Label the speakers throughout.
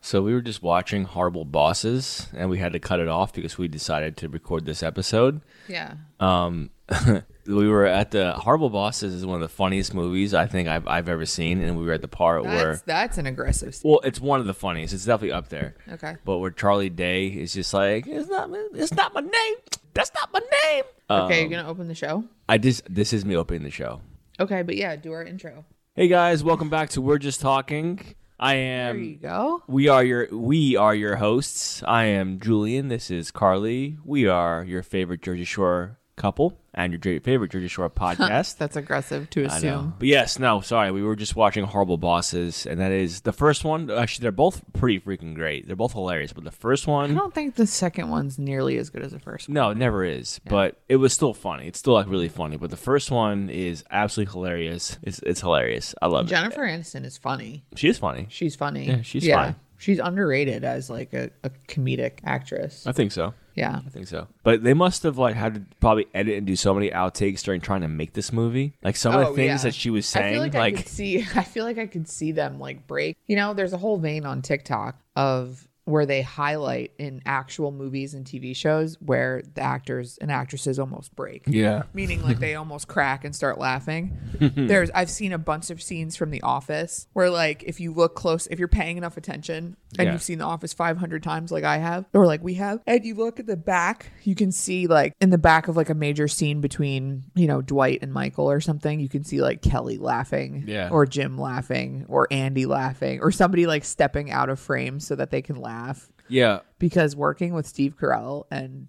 Speaker 1: So we were just watching Horrible Bosses, and we had to cut it off because we decided to record this episode.
Speaker 2: Yeah.
Speaker 1: Um, we were at the Horrible Bosses is one of the funniest movies I think I've, I've ever seen, and we were at the part where
Speaker 2: That's that's an aggressive.
Speaker 1: well, it's one of the funniest. It's definitely up there.
Speaker 2: Okay.
Speaker 1: But where Charlie Day is just like, it's not, it's not my name. That's not my name.
Speaker 2: okay,
Speaker 1: Um,
Speaker 2: you're gonna open the show.
Speaker 1: I just this is me opening the show.
Speaker 2: Okay, but yeah, do our intro.
Speaker 1: Hey guys, welcome back to We're Just Talking. I
Speaker 2: There
Speaker 1: am.
Speaker 2: you go.
Speaker 1: We are your we are your hosts. I am Julian. This is Carly. We are your favorite Jersey Shore couple and your j- favorite Jersey Shore podcast.
Speaker 2: That's aggressive to
Speaker 1: I
Speaker 2: assume.
Speaker 1: know. But yes, no, sorry. We were just watching Horrible Bosses, and that is the first one. Actually, they're both pretty freaking great. They're both hilarious, but the first
Speaker 2: I
Speaker 1: one,
Speaker 2: don't think the second one's nearly as good as the first one.
Speaker 1: no, it never is. But it was still funny. It's still like really funny. But the first one is absolutely hilarious. It's it's hilarious. I love
Speaker 2: Jennifer Aniston is funny.
Speaker 1: it. She is funny.
Speaker 2: She's funny.
Speaker 1: Yeah, she's fine.
Speaker 2: She's underrated as like a, a comedic actress.
Speaker 1: I think so.
Speaker 2: Yeah.
Speaker 1: I think so. But they must have like had to probably edit and do so many outtakes during trying to make this movie. Like some of the
Speaker 2: Oh,
Speaker 1: things
Speaker 2: yeah.
Speaker 1: that she was
Speaker 2: I feel
Speaker 1: saying,
Speaker 2: like,
Speaker 1: like,
Speaker 2: I could see I feel like I could see them like break. You know, there's a whole vein on TikTok of where they highlight in actual movies and TV shows where the actors and actresses almost break.
Speaker 1: yeah.
Speaker 2: Meaning like they almost crack and start laughing. There's I've seen a bunch of scenes from The Office where like if you look close, if you're paying enough attention and
Speaker 1: Yeah.
Speaker 2: you've seen The Office 500 times like I have or like we have, and you look at the back, you can see like in the back of like a major scene between, you know, Dwight and Michael or something, you can see like Kelly laughing
Speaker 1: Yeah.
Speaker 2: or Jim laughing or Andy laughing or somebody like stepping out of frame so that they can laugh
Speaker 1: Yeah.
Speaker 2: because working with Steve Carell and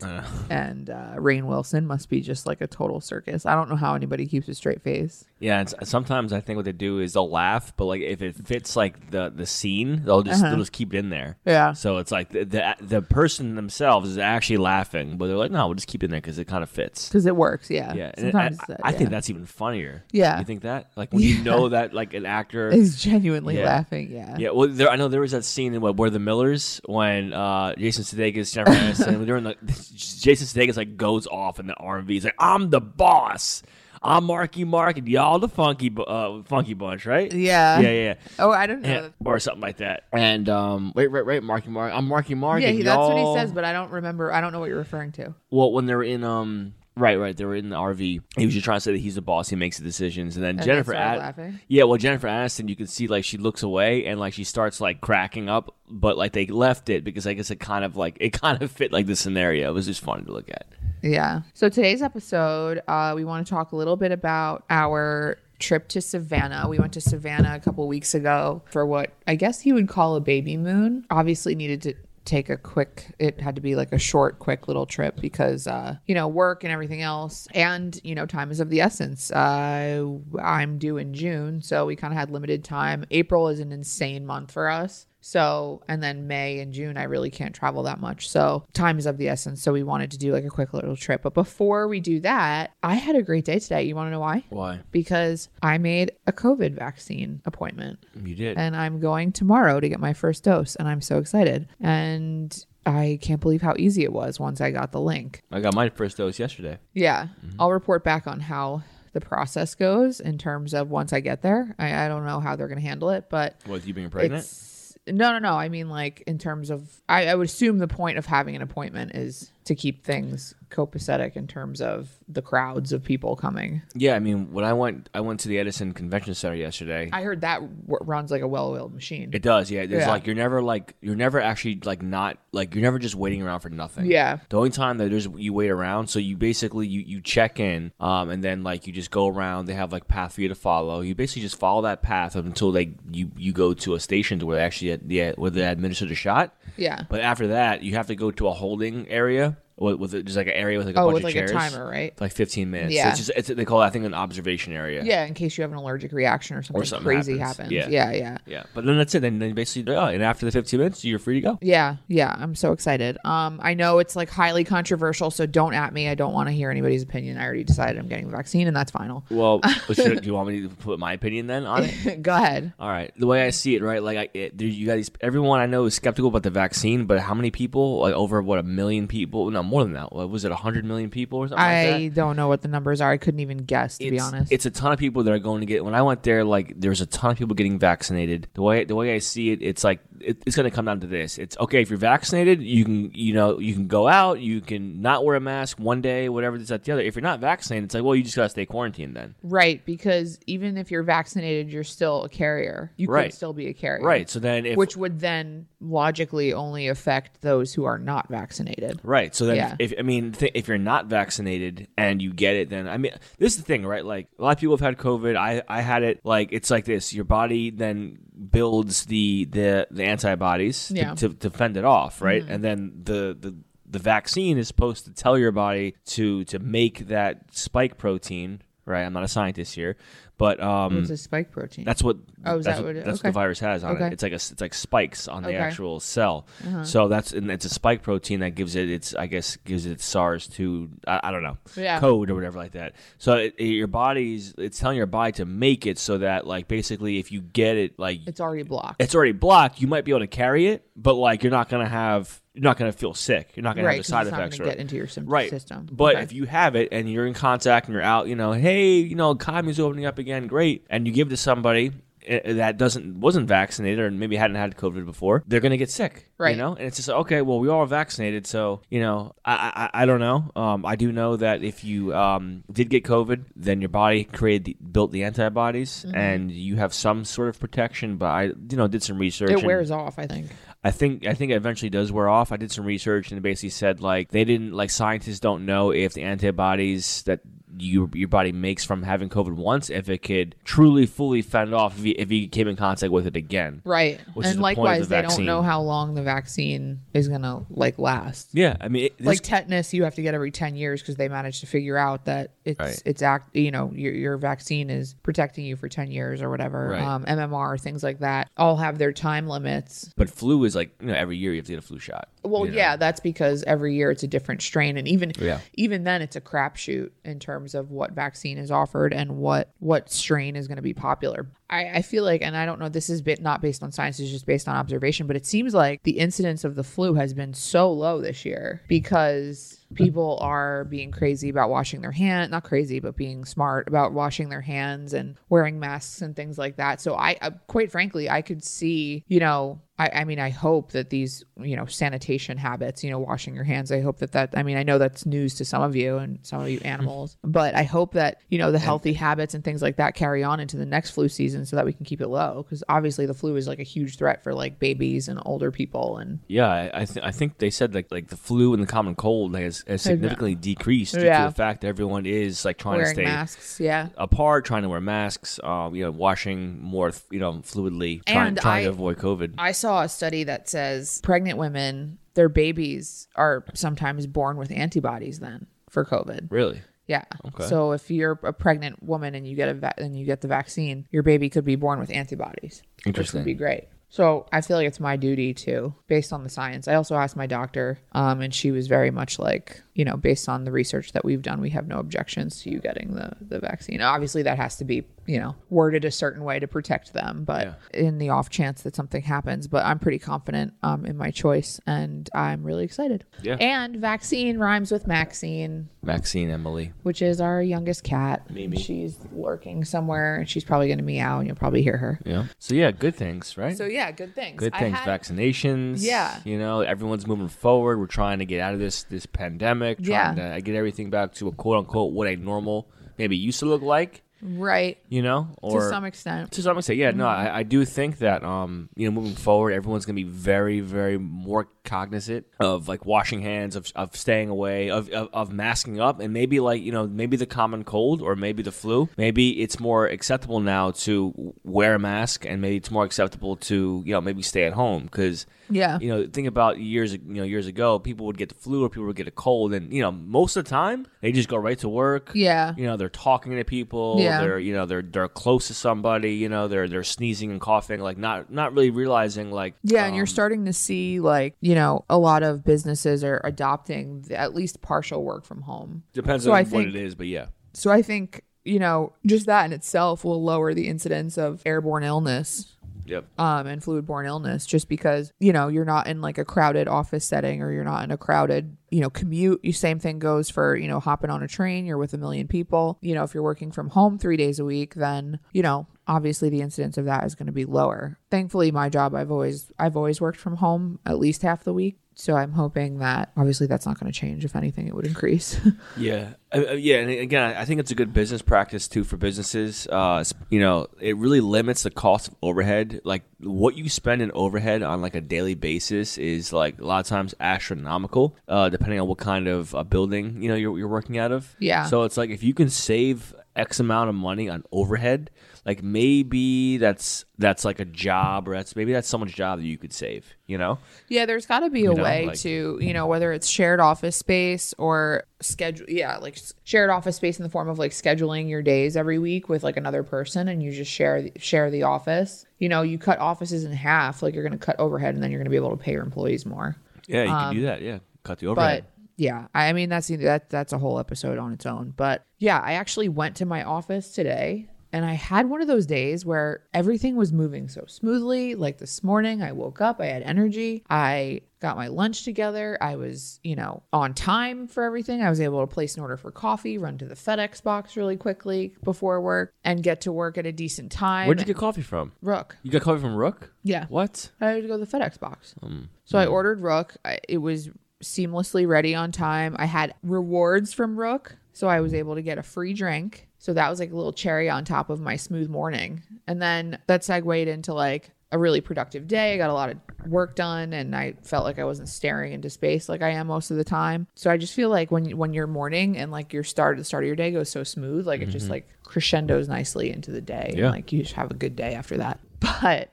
Speaker 2: and uh, Rain Wilson must be just like a total circus. I don't know how anybody keeps a straight face.
Speaker 1: Yeah. And s- sometimes I think what they do is they'll laugh, but like if it fits like the the scene, they'll just they'll just keep it in there.
Speaker 2: Uh-huh. Yeah.
Speaker 1: So it's like the the, the person themselves is actually laughing, but they're like, no, we'll just keep it in there because it kind of fits.
Speaker 2: Because it works, yeah.
Speaker 1: Yeah, and I,
Speaker 2: Sometimes
Speaker 1: I
Speaker 2: yeah.
Speaker 1: think that's even funnier.
Speaker 2: Yeah.
Speaker 1: you think that? Like when you know that, like an actor
Speaker 2: is genuinely
Speaker 1: Yeah.
Speaker 2: laughing. Yeah.
Speaker 1: Yeah, well, there, I know there was that scene in what, where the Millers when uh, Jason Sudeikis, Jennifer Aniston, during the Jason Sudeikis like goes off in the RV. He's like, "I'm the boss. I'm Marky Mark, and y'all the funky bu- uh, funky bunch, right?"
Speaker 2: Yeah.
Speaker 1: yeah, yeah,
Speaker 2: Oh, I don't know.
Speaker 1: yeah. or something like that. And um, wait, right, right, Marky Mark. I'm Marky Mark.
Speaker 2: yeah,
Speaker 1: and
Speaker 2: he, that's what he
Speaker 1: y'all-
Speaker 2: says, but I don't remember. I don't know what you're referring to.
Speaker 1: well, when they were in um, right, right, they were in the RV. He was just trying to say that he's the boss. He makes the decisions, and then
Speaker 2: they
Speaker 1: Jennifer.
Speaker 2: started
Speaker 1: Ad-
Speaker 2: laughing?
Speaker 1: Yeah, well, Jennifer Aniston, you can see like she looks away and like she starts like cracking up, but like they left it because I guess it kind of like it kind of fit like the scenario. It was just funny to look at.
Speaker 2: Yeah. So today's episode, uh, we want to talk a little bit about our trip to Savannah. We went to Savannah a couple weeks ago for what I guess you would call a baby moon. Obviously, needed to take a quick it had to be like a short quick little trip because uh you know work and everything else and you know time is of the essence uh i'm due in june so we kind of had limited time april is an insane month for us so, and then May and June, I really can't travel that much. So, time is of the essence. So, we wanted to do like a quick little trip. But before we do that, I had a great day today. You want to know why?
Speaker 1: Why
Speaker 2: Because I made a COVID vaccine appointment
Speaker 1: you did?
Speaker 2: and I'm going tomorrow to get my first dose. And I'm so excited. And I can't believe how easy it was once I got the link.
Speaker 1: I got my first dose yesterday.
Speaker 2: Yeah. I'll report back on how the process goes in terms of once I get there. I, I don't know how they're going to handle it, but
Speaker 1: With you being pregnant?
Speaker 2: it's no no no i mean like in terms of I, I would assume the point of having an appointment is to keep things copacetic in terms of the crowds of people coming
Speaker 1: yeah, I mean, when I went, I went to the Edison Convention Center yesterday.
Speaker 2: i heard that w- runs like a well-oiled machine
Speaker 1: it does, yeah. There's
Speaker 2: Yeah.
Speaker 1: like you're never like you're never actually like not like you're never just waiting around for nothing.
Speaker 2: yeah
Speaker 1: The only time that there's you wait around, so you basically you you check in, um, and then like you just go around. They have like path for you to follow. You basically just follow that path up until they you you go to a station to where they actually yeah where they administer the shot.
Speaker 2: yeah
Speaker 1: But after that, you have to go to a holding area with, with just like an area with like a
Speaker 2: oh
Speaker 1: bunch
Speaker 2: with
Speaker 1: of
Speaker 2: like
Speaker 1: chairs,
Speaker 2: a timer right
Speaker 1: like 15 minutes. So
Speaker 2: Yeah.
Speaker 1: it's just it's, they call it, I think an observation area.
Speaker 2: yeah in case you have an allergic reaction or something,
Speaker 1: something
Speaker 2: crazy
Speaker 1: happens.
Speaker 2: happens,
Speaker 1: Yeah.
Speaker 2: yeah yeah
Speaker 1: Yeah, but then that's it. Then, then basically, oh, and after the 15 minutes, you're free to go.
Speaker 2: yeah yeah i'm so excited um i know it's like highly controversial so don't at me i don't want to hear anybody's opinion i already decided i'm getting the vaccine and that's final
Speaker 1: Well, should, do you want me to put my opinion then on it?
Speaker 2: go ahead
Speaker 1: All right, the way I see it, right? Like, I, it, there, you got these. Everyone I know is skeptical about the vaccine, but how many people? Like over what a million people? No, more than that. What, was it hundred million people or something?
Speaker 2: I
Speaker 1: like that?
Speaker 2: don't know what the numbers are. I couldn't even guess, to be
Speaker 1: It's-
Speaker 2: honest.
Speaker 1: it's a ton of people that are going to get. When I went there, like there's a ton of people getting vaccinated. The way the way I see it, it's like it, it's going to come down to this. It's okay if you're vaccinated, you can you know you can go out, you can not wear a mask one day, whatever this at the other. If you're not vaccinated, it's like well you just got to stay quarantined then.
Speaker 2: Right, because even if you're vaccinated, you're still a carrier. You
Speaker 1: Right.
Speaker 2: could still be a carrier.
Speaker 1: Right. So then if
Speaker 2: Which would then logically only affect those who are not vaccinated.
Speaker 1: Right. So then,
Speaker 2: Yeah.
Speaker 1: if, I mean, th- if you're not vaccinated and you get it, then I mean, this is the thing, right? Like a lot of people have had COVID. I I had it. Like it's like this: your body then builds the the the antibodies
Speaker 2: Yeah. Mm-hmm.
Speaker 1: to, to defend it off, right? And then the the the vaccine is supposed to tell your body to to make that spike protein, right? I'm not a scientist here, but um,
Speaker 2: It's a spike protein.
Speaker 1: that's what.
Speaker 2: Oh, is
Speaker 1: that's
Speaker 2: that
Speaker 1: what,
Speaker 2: what it-
Speaker 1: that's
Speaker 2: okay.
Speaker 1: the virus has on it.
Speaker 2: Okay.
Speaker 1: It's like a, it's like spikes on
Speaker 2: Okay. Uh-huh.
Speaker 1: the actual cell. So that's and it's a spike protein that gives it its I guess gives it SARS two I, I don't know
Speaker 2: Yeah.
Speaker 1: code or whatever like that. So it, it- your body's it's telling your body to make it so that like basically if you get it like
Speaker 2: it's already blocked.
Speaker 1: it's already blocked, you might be able to carry it, but like you're not gonna have you're not gonna feel sick. You're not gonna
Speaker 2: right.
Speaker 1: have the
Speaker 2: 'cause
Speaker 1: side
Speaker 2: it's not
Speaker 1: effects.
Speaker 2: gonna
Speaker 1: or-
Speaker 2: get into your sym-
Speaker 1: right.
Speaker 2: system.
Speaker 1: But
Speaker 2: Okay.
Speaker 1: if you have it and you're in contact and you're out, you know, hey, you know, economy's opening up again, great, and you give it to somebody eh, that doesn't wasn't vaccinated or maybe hadn't had COVID before, they're gonna get sick,
Speaker 2: Right.
Speaker 1: You know, and it's just okay. Well, we all are vaccinated, so you know, I I, I don't know. Um, I do know that if you um, did get COVID, then your body created the, built the antibodies,
Speaker 2: Mm-hmm.
Speaker 1: and you have some sort of protection. But I, you know, did some research.
Speaker 2: it
Speaker 1: and-
Speaker 2: wears off, I think.
Speaker 1: I think I think it eventually does wear off. I did some research and it basically said like they didn't like scientists don't know if the antibodies that you, your body makes from having COVID once if it could truly fully fend off if you, if you came in contact with it again.
Speaker 2: Right.
Speaker 1: Which is
Speaker 2: and
Speaker 1: the point of the
Speaker 2: likewise, they don't
Speaker 1: vaccine.
Speaker 2: know how long the vaccine is gonna like last.
Speaker 1: Yeah, I mean, it, this-
Speaker 2: like tetanus you have to get every 10 years because they managed to figure out that it's
Speaker 1: Right.
Speaker 2: it's act you know your, your vaccine is protecting you for 10 years or whatever
Speaker 1: Right.
Speaker 2: um, mmr things like that all have their time limits
Speaker 1: but flu is like you know every year you have to get a flu shot.
Speaker 2: well
Speaker 1: you know?
Speaker 2: yeah that's because every year it's a different strain and even
Speaker 1: Yeah.
Speaker 2: even then it's a crapshoot in terms of what vaccine is offered and what what strain is going to be popular I, I feel like and i don't know this is bit not based on science it's just based on observation but it seems like the incidence of the flu has been so low this year because people are being crazy about washing their hand not crazy but being smart about washing their hands and wearing masks and things like that so i uh, quite frankly i could see you know I, I mean, I hope that these, you know, sanitation habits, you know, washing your hands, I hope that that, I mean, I know that's news to some of you and some of you animals, but I hope that, you know, the healthy habits and things like that carry on into the next flu season so that we can keep it low. Cause obviously the flu is like a huge threat for like babies and older people. And
Speaker 1: Yeah, I, I, th- I think they said like like the flu and the common cold has, has significantly decreased due
Speaker 2: uh, Yeah.
Speaker 1: to the fact that everyone is like trying to
Speaker 2: wearing
Speaker 1: stay
Speaker 2: masks. Yeah.
Speaker 1: apart, trying to wear masks, um, you know, washing more, you know, fluidly, trying,
Speaker 2: And
Speaker 1: trying to
Speaker 2: I-
Speaker 1: avoid COVID.
Speaker 2: I saw a study that says pregnant women, their babies are sometimes born with antibodies then for COVID.
Speaker 1: really?
Speaker 2: Yeah. So if you're a pregnant woman and you get a va- and you get the vaccine, your baby could be born with antibodies. Which
Speaker 1: Interesting.
Speaker 2: would be great. So I feel like it's my duty to, based on the science. I also asked my doctor, um, and she was very much like, you know, based on the research that we've done, we have no objections to you getting the the vaccine. Obviously, that has to be, you know, worded a certain way to protect them. But in the off chance that something happens, but I'm pretty confident um, in my choice, and I'm really excited.
Speaker 1: Yeah.
Speaker 2: And vaccine rhymes with Maxine
Speaker 1: Maxine, Emily.
Speaker 2: which is our youngest cat.
Speaker 1: Mimi.
Speaker 2: She's lurking somewhere and she's probably going to meow and you'll probably hear her.
Speaker 1: Yeah. So yeah, good things, right?
Speaker 2: So, yeah, good things.
Speaker 1: good
Speaker 2: I
Speaker 1: things.
Speaker 2: had-
Speaker 1: Vaccinations.
Speaker 2: Yeah.
Speaker 1: You know, everyone's moving forward. We're trying to get out of this this pandemic. Trying
Speaker 2: Yeah.
Speaker 1: to uh, get everything back to a quote unquote what a normal maybe used to look like.
Speaker 2: Right.
Speaker 1: You know, or
Speaker 2: to some extent.
Speaker 1: to some extent, yeah. No, I, I do think that um, you know, moving forward, everyone's gonna be very, very more cognizant of like washing hands, of, of staying away, of, of of masking up, and maybe like you know, maybe the common cold or maybe the flu. Maybe it's more acceptable now to wear a mask, and maybe it's more acceptable to you know maybe stay at home because
Speaker 2: Yeah.
Speaker 1: you know think about years you know years ago, people would get the flu or people would get a cold, and you know most of the time they just go right to work
Speaker 2: Yeah.
Speaker 1: you know they're talking to people
Speaker 2: Yeah.
Speaker 1: they're you know they're they're close to somebody you know they're they're sneezing and coughing like not not really realizing like um,
Speaker 2: Yeah, and you're starting to see like, you know, a lot of businesses are adopting the, at least partial work from home.
Speaker 1: depends
Speaker 2: So
Speaker 1: on
Speaker 2: I
Speaker 1: what
Speaker 2: think-
Speaker 1: it is but yeah
Speaker 2: So I think, you know, just that in itself will lower the incidence of airborne illness
Speaker 1: yep
Speaker 2: um, and fluid-borne illness just because you know you're not in like a crowded office setting or you're not in a crowded you know commute you same thing goes for you know hopping on a train you're with a million people you know if you're working from home three days a week then you know obviously the incidence of that is going to be lower. Thankfully, my job I've always I've always worked from home at least half the week, so I'm hoping that obviously that's not going to change. If anything, it would increase.
Speaker 1: Yeah, Uh, uh, yeah, and again, I think it's a good business practice too for businesses. Uh, s- you know, it really limits the cost of overhead. Like what you spend in overhead on like a daily basis is like a lot of times astronomical, uh, depending on what kind of uh, building you know you're, you're working out of.
Speaker 2: Yeah.
Speaker 1: So it's like if you can save X amount of money on overhead, like maybe that's that's like a job, or that's maybe that's someone's job that you could save. You know.
Speaker 2: yeah, there's got to be a
Speaker 1: know,
Speaker 2: way
Speaker 1: like-
Speaker 2: to you know whether it's shared office space or schedule. Yeah, like s- shared office space in the form of like scheduling your days every week with like another person, and you just share the- share the office. You know, you cut offices in half. Like you're going to cut overhead, and then you're going to be able to pay your employees more.
Speaker 1: Yeah, you can do that. Yeah, cut the
Speaker 2: Um, but
Speaker 1: overhead.
Speaker 2: yeah i I mean that's that that's a whole episode on its own but yeah i actually went to my office today and i had one of those days where everything was moving so smoothly like this morning i woke up i had energy i got my lunch together i was you know on time for everything i was able to place an order for coffee run to the fedex box really quickly before work and get to work at a decent time
Speaker 1: Where'd you get coffee from?
Speaker 2: rook
Speaker 1: You got coffee from Rook?
Speaker 2: yeah
Speaker 1: What?
Speaker 2: I had to go to the FedEx box. so I ordered Rook. I, it was seamlessly ready on time. I had rewards from Rook, so I was able to get a free drink. So that was like a little cherry on top of my smooth morning. And then that segued into like a really productive day. I got a lot of work done and I felt like I wasn't staring into space like I am most of the time. So I just feel like when when your morning and like your start the start of your day goes so smooth, like it just like crescendos nicely into the day.
Speaker 1: Yeah.
Speaker 2: And like you just have a good day after that. But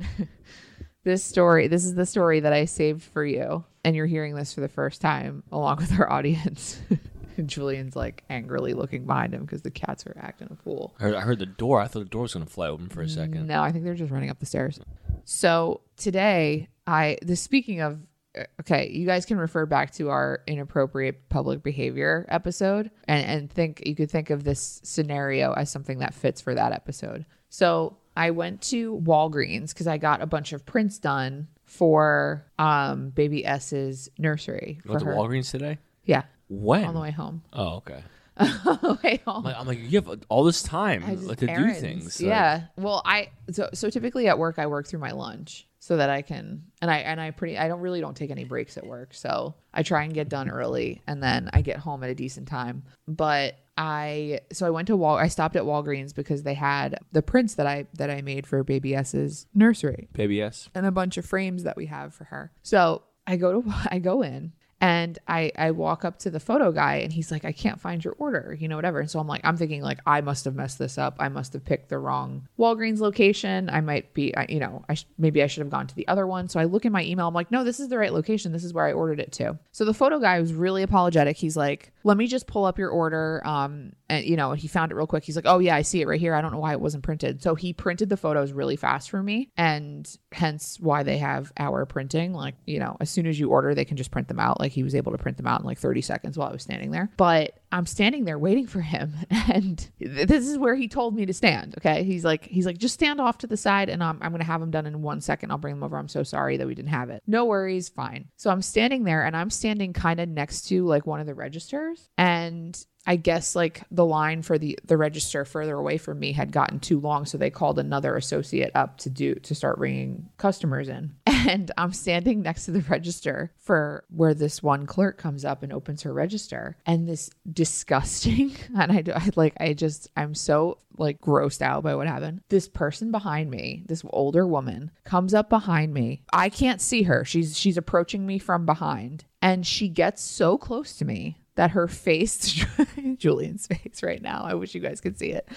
Speaker 2: this story this is the story that i saved for you and you're hearing this for the first time along with our audience julian's like angrily looking behind him because the cats are acting a fool
Speaker 1: I heard, I heard the door. I thought the door was going to fly open for a second.
Speaker 2: no i think they're just running up the stairs so today i the speaking of uh, okay you guys can refer back to our inappropriate public behavior episode and and think you could think of this scenario as something that fits for that episode so i went to walgreens because i got a bunch of prints done for um baby s's nursery
Speaker 1: You
Speaker 2: for
Speaker 1: went to
Speaker 2: her.
Speaker 1: Walgreens today?
Speaker 2: yeah
Speaker 1: When?
Speaker 2: on the way home
Speaker 1: Oh, okay.
Speaker 2: on the way home
Speaker 1: I'm like, I'm like, you have all this time
Speaker 2: I just-
Speaker 1: like, to do
Speaker 2: errands.
Speaker 1: things. like-
Speaker 2: Yeah. Well, I so so typically at work I work through my lunch so that I can and I and I pretty I don't really don't take any breaks at work. So I try and get done early and then I get home at a decent time. But I so I went to Wal I stopped at Walgreens because they had the prints that I that I made for baby S's nursery
Speaker 1: Baby, yes.
Speaker 2: and a bunch of frames that we have for her. So I go to I go in and I I walk up to the photo guy and he's like, I can't find your order, you know, whatever. And so I'm like, I'm thinking like I must have messed this up. I must have picked the wrong Walgreens location. I might be, I, you know, I sh- maybe I should have gone to the other one. So I look in my email. I'm like, no, this is the right location. This is where I ordered it to. So the photo guy was really apologetic. He's like, let me just pull up your order. Um, and you know, he found it real quick. He's like, oh yeah, I see it right here. I don't know why it wasn't printed. So he printed the photos really fast for me, and hence why they have hour printing. Like, you know, as soon as you order, they can just print them out. Like he was able to print them out in like 30 seconds while I was standing there. But I'm standing there waiting for him, and th- this is where he told me to stand. Okay, he's like, he's like, just stand off to the side, and um, I'm gonna have them done in one second. I'll bring them over. I'm so sorry that we didn't have it. No worries, fine. So I'm standing there, and I'm standing kind of next to like one of the registers, and I guess like the line for the the register further away from me had gotten too long, so they called another associate up to do to start ringing customers in. And I'm standing next to the register for where this one clerk comes up and opens her register, and this disgusting. And I, do, I like I just I'm so like grossed out by what happened. This person behind me, this older woman, comes up behind me. I can't see her. She's she's approaching me from behind, and she gets so close to me that her face, Julian's face right now, I wish you guys could see it.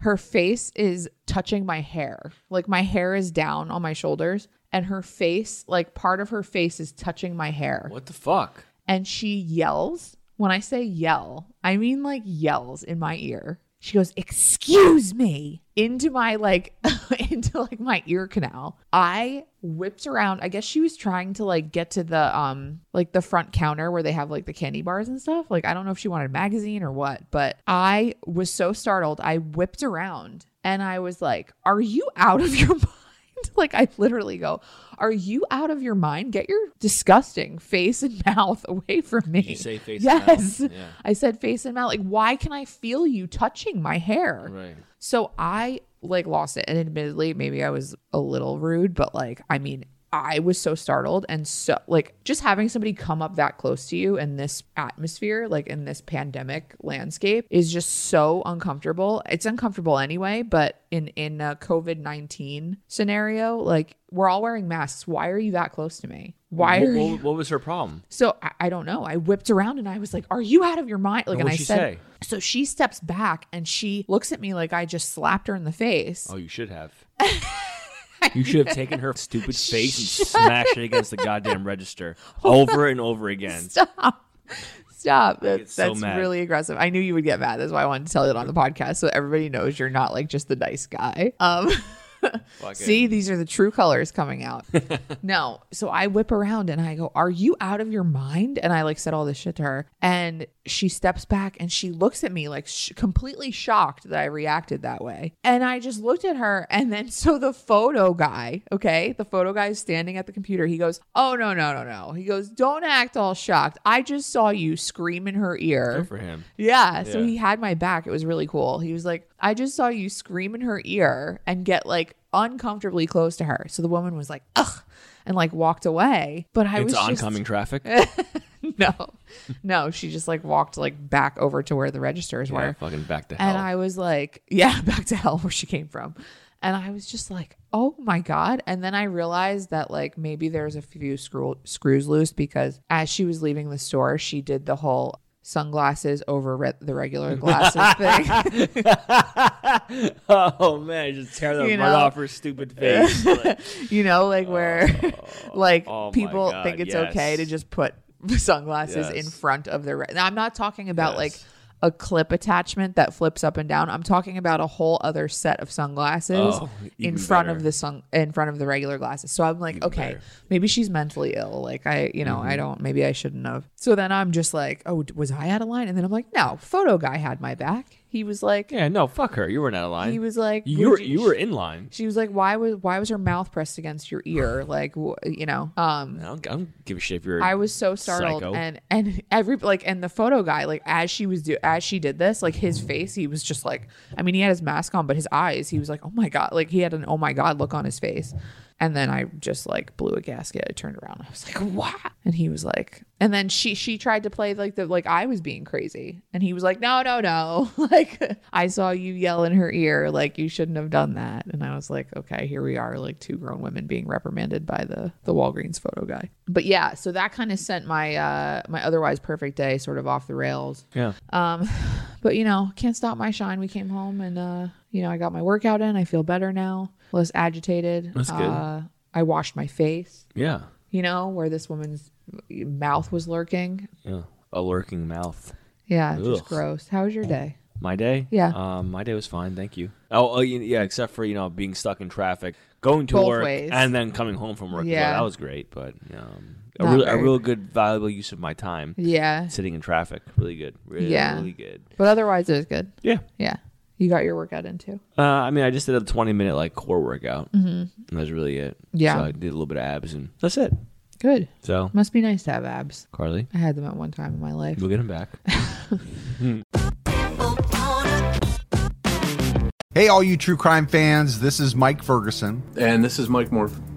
Speaker 2: Her face is touching my hair. Like my hair is down on my shoulders, and her face, like part of her face, is touching my hair.
Speaker 1: What the fuck?
Speaker 2: And she yells. When I say yell, I mean like yells in my ear. She goes, "Excuse me!" into my like into like my ear canal. I whipped around. I guess she was trying to like get to the um like the front counter where they have like the candy bars and stuff. Like I don't know if she wanted a magazine or what, but I was so startled. I whipped around and I was like, "Are you out of your mind?" like I literally go, "Are you out of your mind? Get your disgusting face and mouth away from me."
Speaker 1: Did you say face? and mouth?
Speaker 2: yes.
Speaker 1: Yeah.
Speaker 2: I said face and mouth. Like, why can I feel you touching my hair?
Speaker 1: Right.
Speaker 2: So I like lost it. And admittedly, maybe I was a little rude, but like, I mean, I was so startled. And so, like, just having somebody come up that close to you in this atmosphere, like in this pandemic landscape, is just so uncomfortable. It's uncomfortable anyway, but in, in a COVID 19 scenario, like, we're all wearing masks. Why are you that close to me? Why
Speaker 1: What,
Speaker 2: are you?
Speaker 1: what, what was her problem?
Speaker 2: So I, I don't know. I whipped around and I was like, "Are you out of your mind?"
Speaker 1: And
Speaker 2: Like, and, I
Speaker 1: what'd she
Speaker 2: said,
Speaker 1: say?
Speaker 2: "So she steps back and she looks at me like I just slapped her in the face."
Speaker 1: Oh, you should have. You should have taken her stupid face and smashed it against the goddamn register over and over again.
Speaker 2: Stop! Stop! That,
Speaker 1: get so
Speaker 2: that's
Speaker 1: mad.
Speaker 2: really aggressive. I knew you would get mad. That's why I wanted to tell it on the podcast so everybody knows you're not like just the nice guy. Um,
Speaker 1: Fucking-
Speaker 2: see, these are the true colors coming out. no, so I whip around and I go, "Are you out of your mind?" And I like said all this shit to her, and she steps back and she looks at me like sh- completely shocked that I reacted that way. And I just looked at her, and then so the photo guy, okay, the photo guy is standing at the computer. He goes, "Oh no, no, no, no." He goes, "Don't act all shocked. I just saw you scream in her ear."
Speaker 1: Good for him.
Speaker 2: Yeah, so
Speaker 1: Yeah.
Speaker 2: he had my back. It was really cool. He was like, "I just saw you scream in her ear and get like uncomfortably close to her." So the woman was like, "Ugh," and like walked away. But I
Speaker 1: it's
Speaker 2: was just-
Speaker 1: oncoming traffic.
Speaker 2: no, no. She just like walked like back over to where the registers
Speaker 1: Yeah,
Speaker 2: were,
Speaker 1: fucking back to hell.
Speaker 2: and I was like, "Yeah, back to hell where she came from." And I was just like, "Oh my god!" And then I realized that like maybe there's a few screw- screws loose because as she was leaving the store, she did the whole sunglasses over re- the regular glasses thing.
Speaker 1: oh man, just tear the
Speaker 2: You
Speaker 1: mud
Speaker 2: know?
Speaker 1: off her stupid face. Like,
Speaker 2: you know, like where like
Speaker 1: oh my
Speaker 2: people
Speaker 1: God,
Speaker 2: think it's
Speaker 1: yes.
Speaker 2: okay to just put sunglasses in
Speaker 1: Yes.
Speaker 2: front of their. Re- now, I'm not talking about
Speaker 1: Yes.
Speaker 2: like a clip attachment that flips up and down. I'm talking about a whole other set of sunglasses
Speaker 1: Oh,
Speaker 2: in
Speaker 1: even
Speaker 2: front of
Speaker 1: better.
Speaker 2: the sun in front of the regular glasses. So I'm like, okay,
Speaker 1: better. Mm-hmm.
Speaker 2: maybe she's mentally ill. Like I, you know, I don't. Maybe I shouldn't have. So then I'm just like, oh, d- was I out of line? And then I'm like, no, photo guy had my back. He was like,
Speaker 1: yeah, no, fuck her. You weren't out of line.
Speaker 2: he was like,
Speaker 1: you were
Speaker 2: would
Speaker 1: you were in line.
Speaker 2: she was like, "Why was why was her mouth pressed against your ear? Like, wh- you know." Um,
Speaker 1: I don't, I don't give a shit if you're.
Speaker 2: I was so startled,
Speaker 1: Psycho.
Speaker 2: and and every like, and the photo guy, like, as she was do as she did this, like, his face, he was just like, I mean, he had his mask on, but his eyes, he was like, "Oh my god!" Like, he had an "Oh my god" look on his face, and then I just like blew a gasket. I turned around, I was like, "What?" And he was like, and then she she tried to play like the like I was being crazy, and he was like, "No, no, no!" like, I saw you yell in her ear, like, you shouldn't have done that, and I was like, "Okay, here we are, like two grown women being reprimanded by the the Walgreens photo guy." But yeah, so that kind of sent my uh my otherwise perfect day sort of off the rails.
Speaker 1: yeah.
Speaker 2: Um, but you know, can't stop my shine. We came home and uh, you know, I got my workout in. I feel better now, less agitated.
Speaker 1: That's good.
Speaker 2: Uh, I washed my face.
Speaker 1: Yeah.
Speaker 2: You know where this woman's mouth was lurking.
Speaker 1: Yeah. A lurking mouth.
Speaker 2: Yeah, just
Speaker 1: Ugh.
Speaker 2: gross. How was your day?
Speaker 1: My day?
Speaker 2: Yeah.
Speaker 1: Um, my day was fine, thank you. Oh, oh, y- yeah, except for you know being stuck in traffic, going to
Speaker 2: Both
Speaker 1: work,
Speaker 2: ways.
Speaker 1: and then coming home from work. as well.
Speaker 2: Yeah.
Speaker 1: that was great, but um, a
Speaker 2: Not
Speaker 1: real, a
Speaker 2: very-
Speaker 1: real good, valuable use of my time
Speaker 2: Yeah,
Speaker 1: sitting in traffic. Really good. Really,
Speaker 2: Yeah.
Speaker 1: good.
Speaker 2: but otherwise it was good.
Speaker 1: Yeah.
Speaker 2: Yeah, you got your workout in too.
Speaker 1: Uh, I mean, I just did a 20 minute like core workout, and that's really it.
Speaker 2: Mm-hmm. Yeah.
Speaker 1: So I did a little bit of abs, and that's it.
Speaker 2: Good.
Speaker 1: So
Speaker 2: Must be nice to have abs.
Speaker 1: Carly,
Speaker 2: I had them at one time in my life.
Speaker 1: we'll get him back.
Speaker 3: Hey, all you true crime fans, this is Mike Ferguson,
Speaker 4: And this is Mike Morph.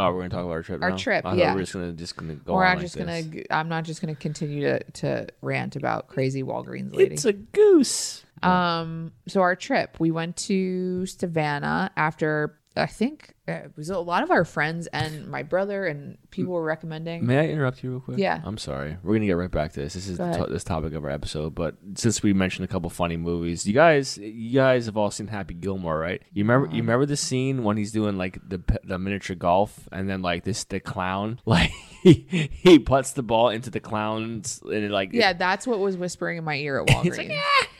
Speaker 1: Oh, we're gonna talk about our trip.
Speaker 2: Our
Speaker 1: now?
Speaker 2: trip,
Speaker 1: I thought
Speaker 2: yeah.
Speaker 1: We're just gonna just gonna go.
Speaker 2: or
Speaker 1: on
Speaker 2: I'm
Speaker 1: like
Speaker 2: just
Speaker 1: this.
Speaker 2: gonna. g- I'm not just gonna continue to to rant about crazy Walgreens lady.
Speaker 1: It's a goose.
Speaker 2: Um, so our trip, we went to Savannah after I think it was a lot of our friends and my brother and people were recommending.
Speaker 1: May I interrupt you real quick?
Speaker 2: Yeah.
Speaker 1: I'm sorry. We're gonna get right back to this. This is
Speaker 2: Go
Speaker 1: the
Speaker 2: ahead.
Speaker 1: to- this topic of our episode, but since we mentioned a couple funny movies, you guys, you guys have all seen Happy Gilmore, right? You remember?
Speaker 2: Uh-huh.
Speaker 1: You remember the scene when he's doing like the p- the miniature golf, and then like this the clown like. He, he puts the ball into the clowns and it like
Speaker 2: Yeah, that's what was whispering in my ear at Walgreens.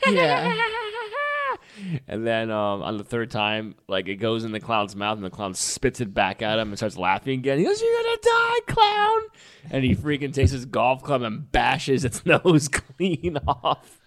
Speaker 1: "Ah!"
Speaker 2: yeah.
Speaker 1: and then um, on the third time like it goes in the clown's mouth and the clown spits it back at him and starts laughing again he goes you're gonna die clown and he freaking takes his golf club and bashes its nose clean off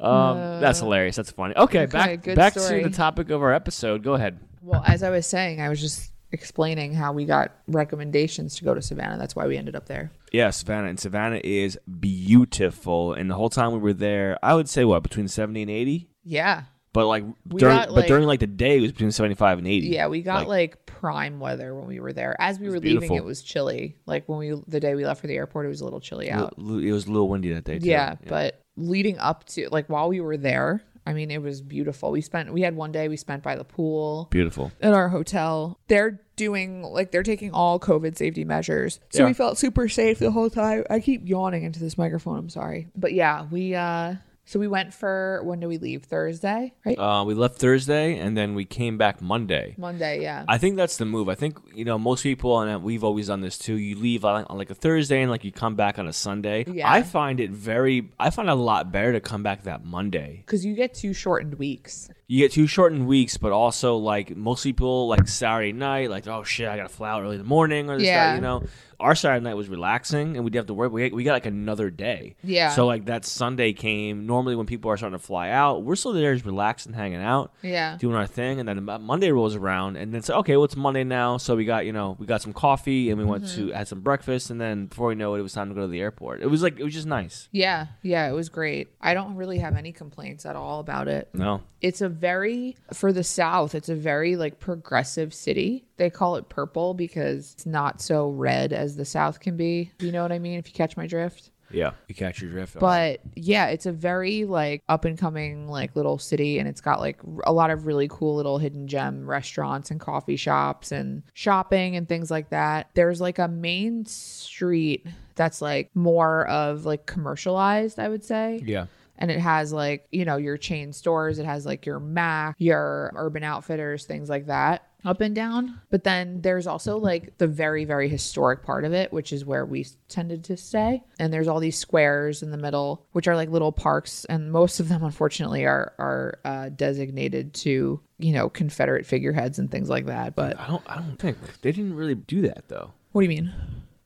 Speaker 1: um, that's hilarious that's funny okay, back
Speaker 2: Uh, good
Speaker 1: back
Speaker 2: story.
Speaker 1: to the topic of our episode go ahead
Speaker 2: Well, as I was saying, I was just explaining how we got recommendations to go to Savannah. That's why we ended up there.
Speaker 1: Yeah, Savannah. And Savannah is beautiful. And the whole time we were there, I would say what, between 70 and 80?
Speaker 2: Yeah.
Speaker 1: But like
Speaker 2: We
Speaker 1: during
Speaker 2: got,
Speaker 1: but
Speaker 2: like-
Speaker 1: during like the day it was between 75 and 80.
Speaker 2: Yeah, we
Speaker 1: Like-
Speaker 2: got like, prime weather when we were there. As we were
Speaker 1: beautiful.
Speaker 2: leaving, it was chilly. Like when we the day we left for the airport, it was a little chilly out.
Speaker 1: L- It was a little windy that day. Too.
Speaker 2: yeah, but leading up to like while we were there, I mean, it was beautiful. We spent we had one day we spent by the pool
Speaker 1: beautiful.
Speaker 2: at our hotel. They're doing like they're taking all COVID safety measures. So
Speaker 1: Yeah.
Speaker 2: we felt super safe the whole time. I keep yawning into this microphone. I'm sorry. But yeah, we uh so we went for when do we leave? Thursday, right?
Speaker 1: Uh, we left Thursday and then we came back Monday.
Speaker 2: Monday, yeah.
Speaker 1: I think that's the move. I think you know most people, and we've always done this too. You leave on, on like a Thursday and like you come back on a Sunday.
Speaker 2: Yeah.
Speaker 1: I find it very. I find it a lot better to come back that Monday.
Speaker 2: Cuz you get two shortened weeks.
Speaker 1: you get two shortened weeks, but also like most people like Saturday night, like oh shit, I gotta fly out early in the morning or this, that,
Speaker 2: Yeah.
Speaker 1: you know. Our Saturday night was relaxing, and we didn't have to work. We we got like another day.
Speaker 2: Yeah.
Speaker 1: So like that Sunday came. Normally when people are starting to fly out, we're still there just relaxing, hanging out,
Speaker 2: Yeah.
Speaker 1: doing our thing, and then Mo- Monday rolls around, and then it's okay, well it's Monday now, so we got you know we got some coffee and we went
Speaker 2: Mm-hmm.
Speaker 1: to had some breakfast, and then before we know it, it was time to go to the airport. It was like it was just nice.
Speaker 2: Yeah, yeah, it was great. I don't really have any complaints at all about it.
Speaker 1: No.
Speaker 2: It's a very for the South, it's a very like progressive city. They call it purple because it's not so red as the South can be. Do you know what I mean? If you catch my drift.
Speaker 1: Yeah. You catch your drift.
Speaker 2: But yeah, it's a very like up and coming like little city and it's got like r- a lot of really cool little hidden gem restaurants and coffee shops and shopping and things like that. There's like a main street that's like more of like commercialized, I would say
Speaker 1: yeah.
Speaker 2: and it has like you know your chain stores it has like your mac your urban outfitters things like that up and down but then there's also like the very very historic part of it which is where we tended to stay and there's all these squares in the middle which are like little parks and most of them unfortunately are are uh, designated to you know confederate figureheads and things like that but
Speaker 1: I don't. I don't think they didn't really do that though.
Speaker 2: what do you mean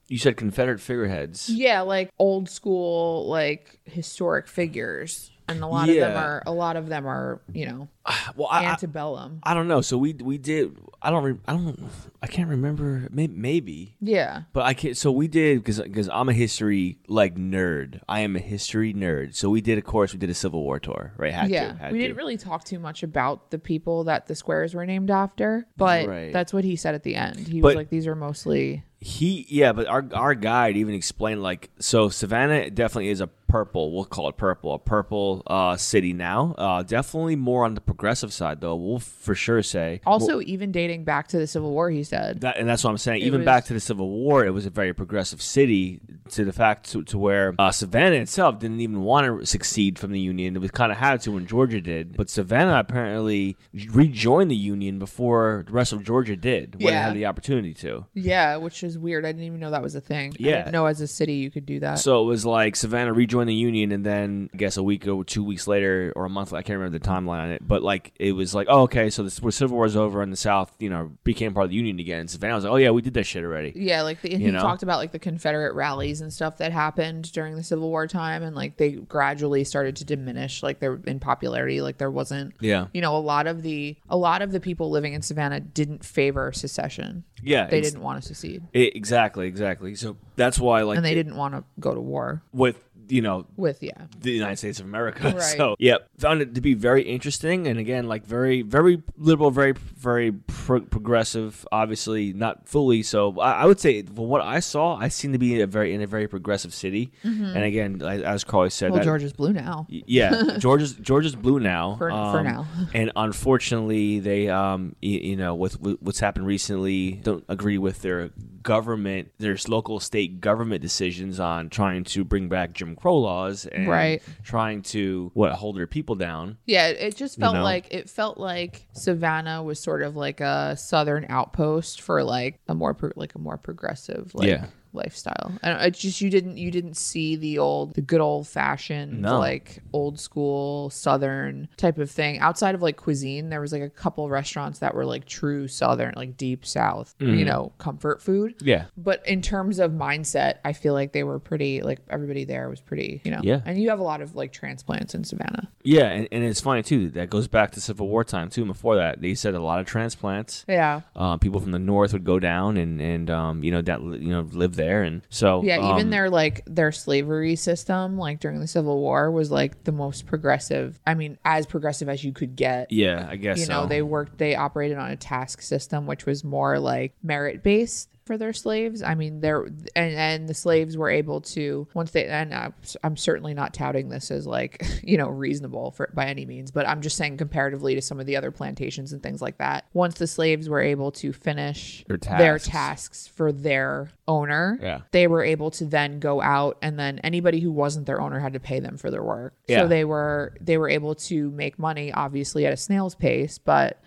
Speaker 1: You said Confederate figureheads.
Speaker 2: yeah like old school like historic figures and a lot of them
Speaker 1: Yeah.
Speaker 2: are a lot of them are you know
Speaker 1: Well, I, I,
Speaker 2: antebellum.
Speaker 1: I don't know. So we we did. I don't. Re, I don't. I can't remember. May- Maybe.
Speaker 2: yeah.
Speaker 1: But I can't. So we did because because I'm a history like nerd. I am a history nerd. So we did. Of course, we did a Civil War tour. Right. Had
Speaker 2: yeah.
Speaker 1: To, had
Speaker 2: we
Speaker 1: to.
Speaker 2: didn't really talk too much about the people that the squares were named after, but
Speaker 1: Right.
Speaker 2: that's what he said at the end. He
Speaker 1: But-
Speaker 2: was like, these are mostly.
Speaker 1: He yeah, but our our guide even explained like so Savannah definitely is a purple, we'll call it purple, a purple uh city now. Uh definitely more on the progressive side though. We'll for sure say.
Speaker 2: Also, even dating back to the Civil War, he said.
Speaker 1: That, and that's what I'm saying. Even
Speaker 2: was-
Speaker 1: back to the Civil War, it was a very progressive city to the fact to, to where uh, Savannah itself didn't even want to succeed from the Union. It was kind of had to when Georgia did, but Savannah apparently rejoined the Union before the rest of Georgia did when it
Speaker 2: Yeah.
Speaker 1: had the opportunity to.
Speaker 2: yeah, which is weird. I didn't even know that was a thing. I
Speaker 1: Yeah.
Speaker 2: didn't know as a city you could do that.
Speaker 1: So it was like Savannah rejoined the Union, and then I guess a week or two weeks later, or a month, I can't remember the timeline on it, but like it was like, oh, okay, so this, the Civil War's over, and the South, you know, became part of the Union again. And Savannah was like, oh, yeah, we did that shit already.
Speaker 2: yeah, like the, he
Speaker 1: You know?
Speaker 2: talked about like the Confederate rallies and stuff that happened during the Civil War time, and like they gradually started to diminish, like their in popularity. Like there wasn't,
Speaker 1: Yeah.
Speaker 2: you know, a lot of the a lot of the people living in Savannah didn't favor secession.
Speaker 1: Yeah.
Speaker 2: they
Speaker 1: ex- E,
Speaker 2: didn't want to secede
Speaker 1: It, exactly, exactly. So that's why, like,
Speaker 2: and they didn't want to go to war
Speaker 1: with you know,
Speaker 2: with yeah.
Speaker 1: the United States of America.
Speaker 2: Right.
Speaker 1: So, yeah, found it to be very interesting, and again, like very, very liberal, very, very pro- progressive. Obviously, not fully. So, I, I would say from what I saw, I seem to be in a very in a very progressive city. And again, I, as Carly said,
Speaker 2: Mm-hmm. Well,
Speaker 1: that-
Speaker 2: Georgia's blue now.
Speaker 1: y- yeah, Georgia's Georgia's blue now. um,
Speaker 2: For- for now.
Speaker 1: and unfortunately, they um you, you know with, with what's happened recently don't agree with their government, their local state government decisions on trying to bring back Jim Crow laws and
Speaker 2: Right.
Speaker 1: trying to what hold their people down.
Speaker 2: Yeah, it- it just felt
Speaker 1: know?
Speaker 2: like it felt like Savannah was sort of like a southern outpost for like a more pro- like a more progressive like
Speaker 1: Yeah.
Speaker 2: lifestyle. I don't, it's just you didn't you didn't see the old the good old fashioned
Speaker 1: No.
Speaker 2: like old school southern type of thing. Outside of like cuisine, there was like a couple restaurants that were like true southern, like deep south, you know, comfort food.
Speaker 1: Mm. Yeah.
Speaker 2: But in terms of mindset, I feel like they were pretty like everybody there was pretty, you know.
Speaker 1: Yeah.
Speaker 2: And you have a lot of like transplants in Savannah.
Speaker 1: Yeah, and, and it's funny too. That goes back to Civil War time too. and Before that, they said a lot of transplants.
Speaker 2: Yeah.
Speaker 1: Uh, people from the north would go down and and um, you know that you know live there, and so
Speaker 2: Yeah,
Speaker 1: um,
Speaker 2: even their like their slavery system, like during the Civil War, was like the most progressive. I mean, as progressive as you could get.
Speaker 1: yeah, I guess
Speaker 2: you know,
Speaker 1: so.
Speaker 2: they worked, they operated on a task system, which was more like merit based for their slaves. I mean, there and and the slaves were able to once they and I'm, I'm certainly not touting this as like you know reasonable for by any means, but I'm just saying comparatively to some of the other plantations and things like that. Once the slaves were able to finish
Speaker 1: Their
Speaker 2: their
Speaker 1: tasks.
Speaker 2: tasks for their owner,
Speaker 1: Yeah.
Speaker 2: they were able to then go out and then anybody who wasn't their owner had to pay them for their work.
Speaker 1: Yeah.
Speaker 2: So they were they were able to make money obviously at a snail's pace, but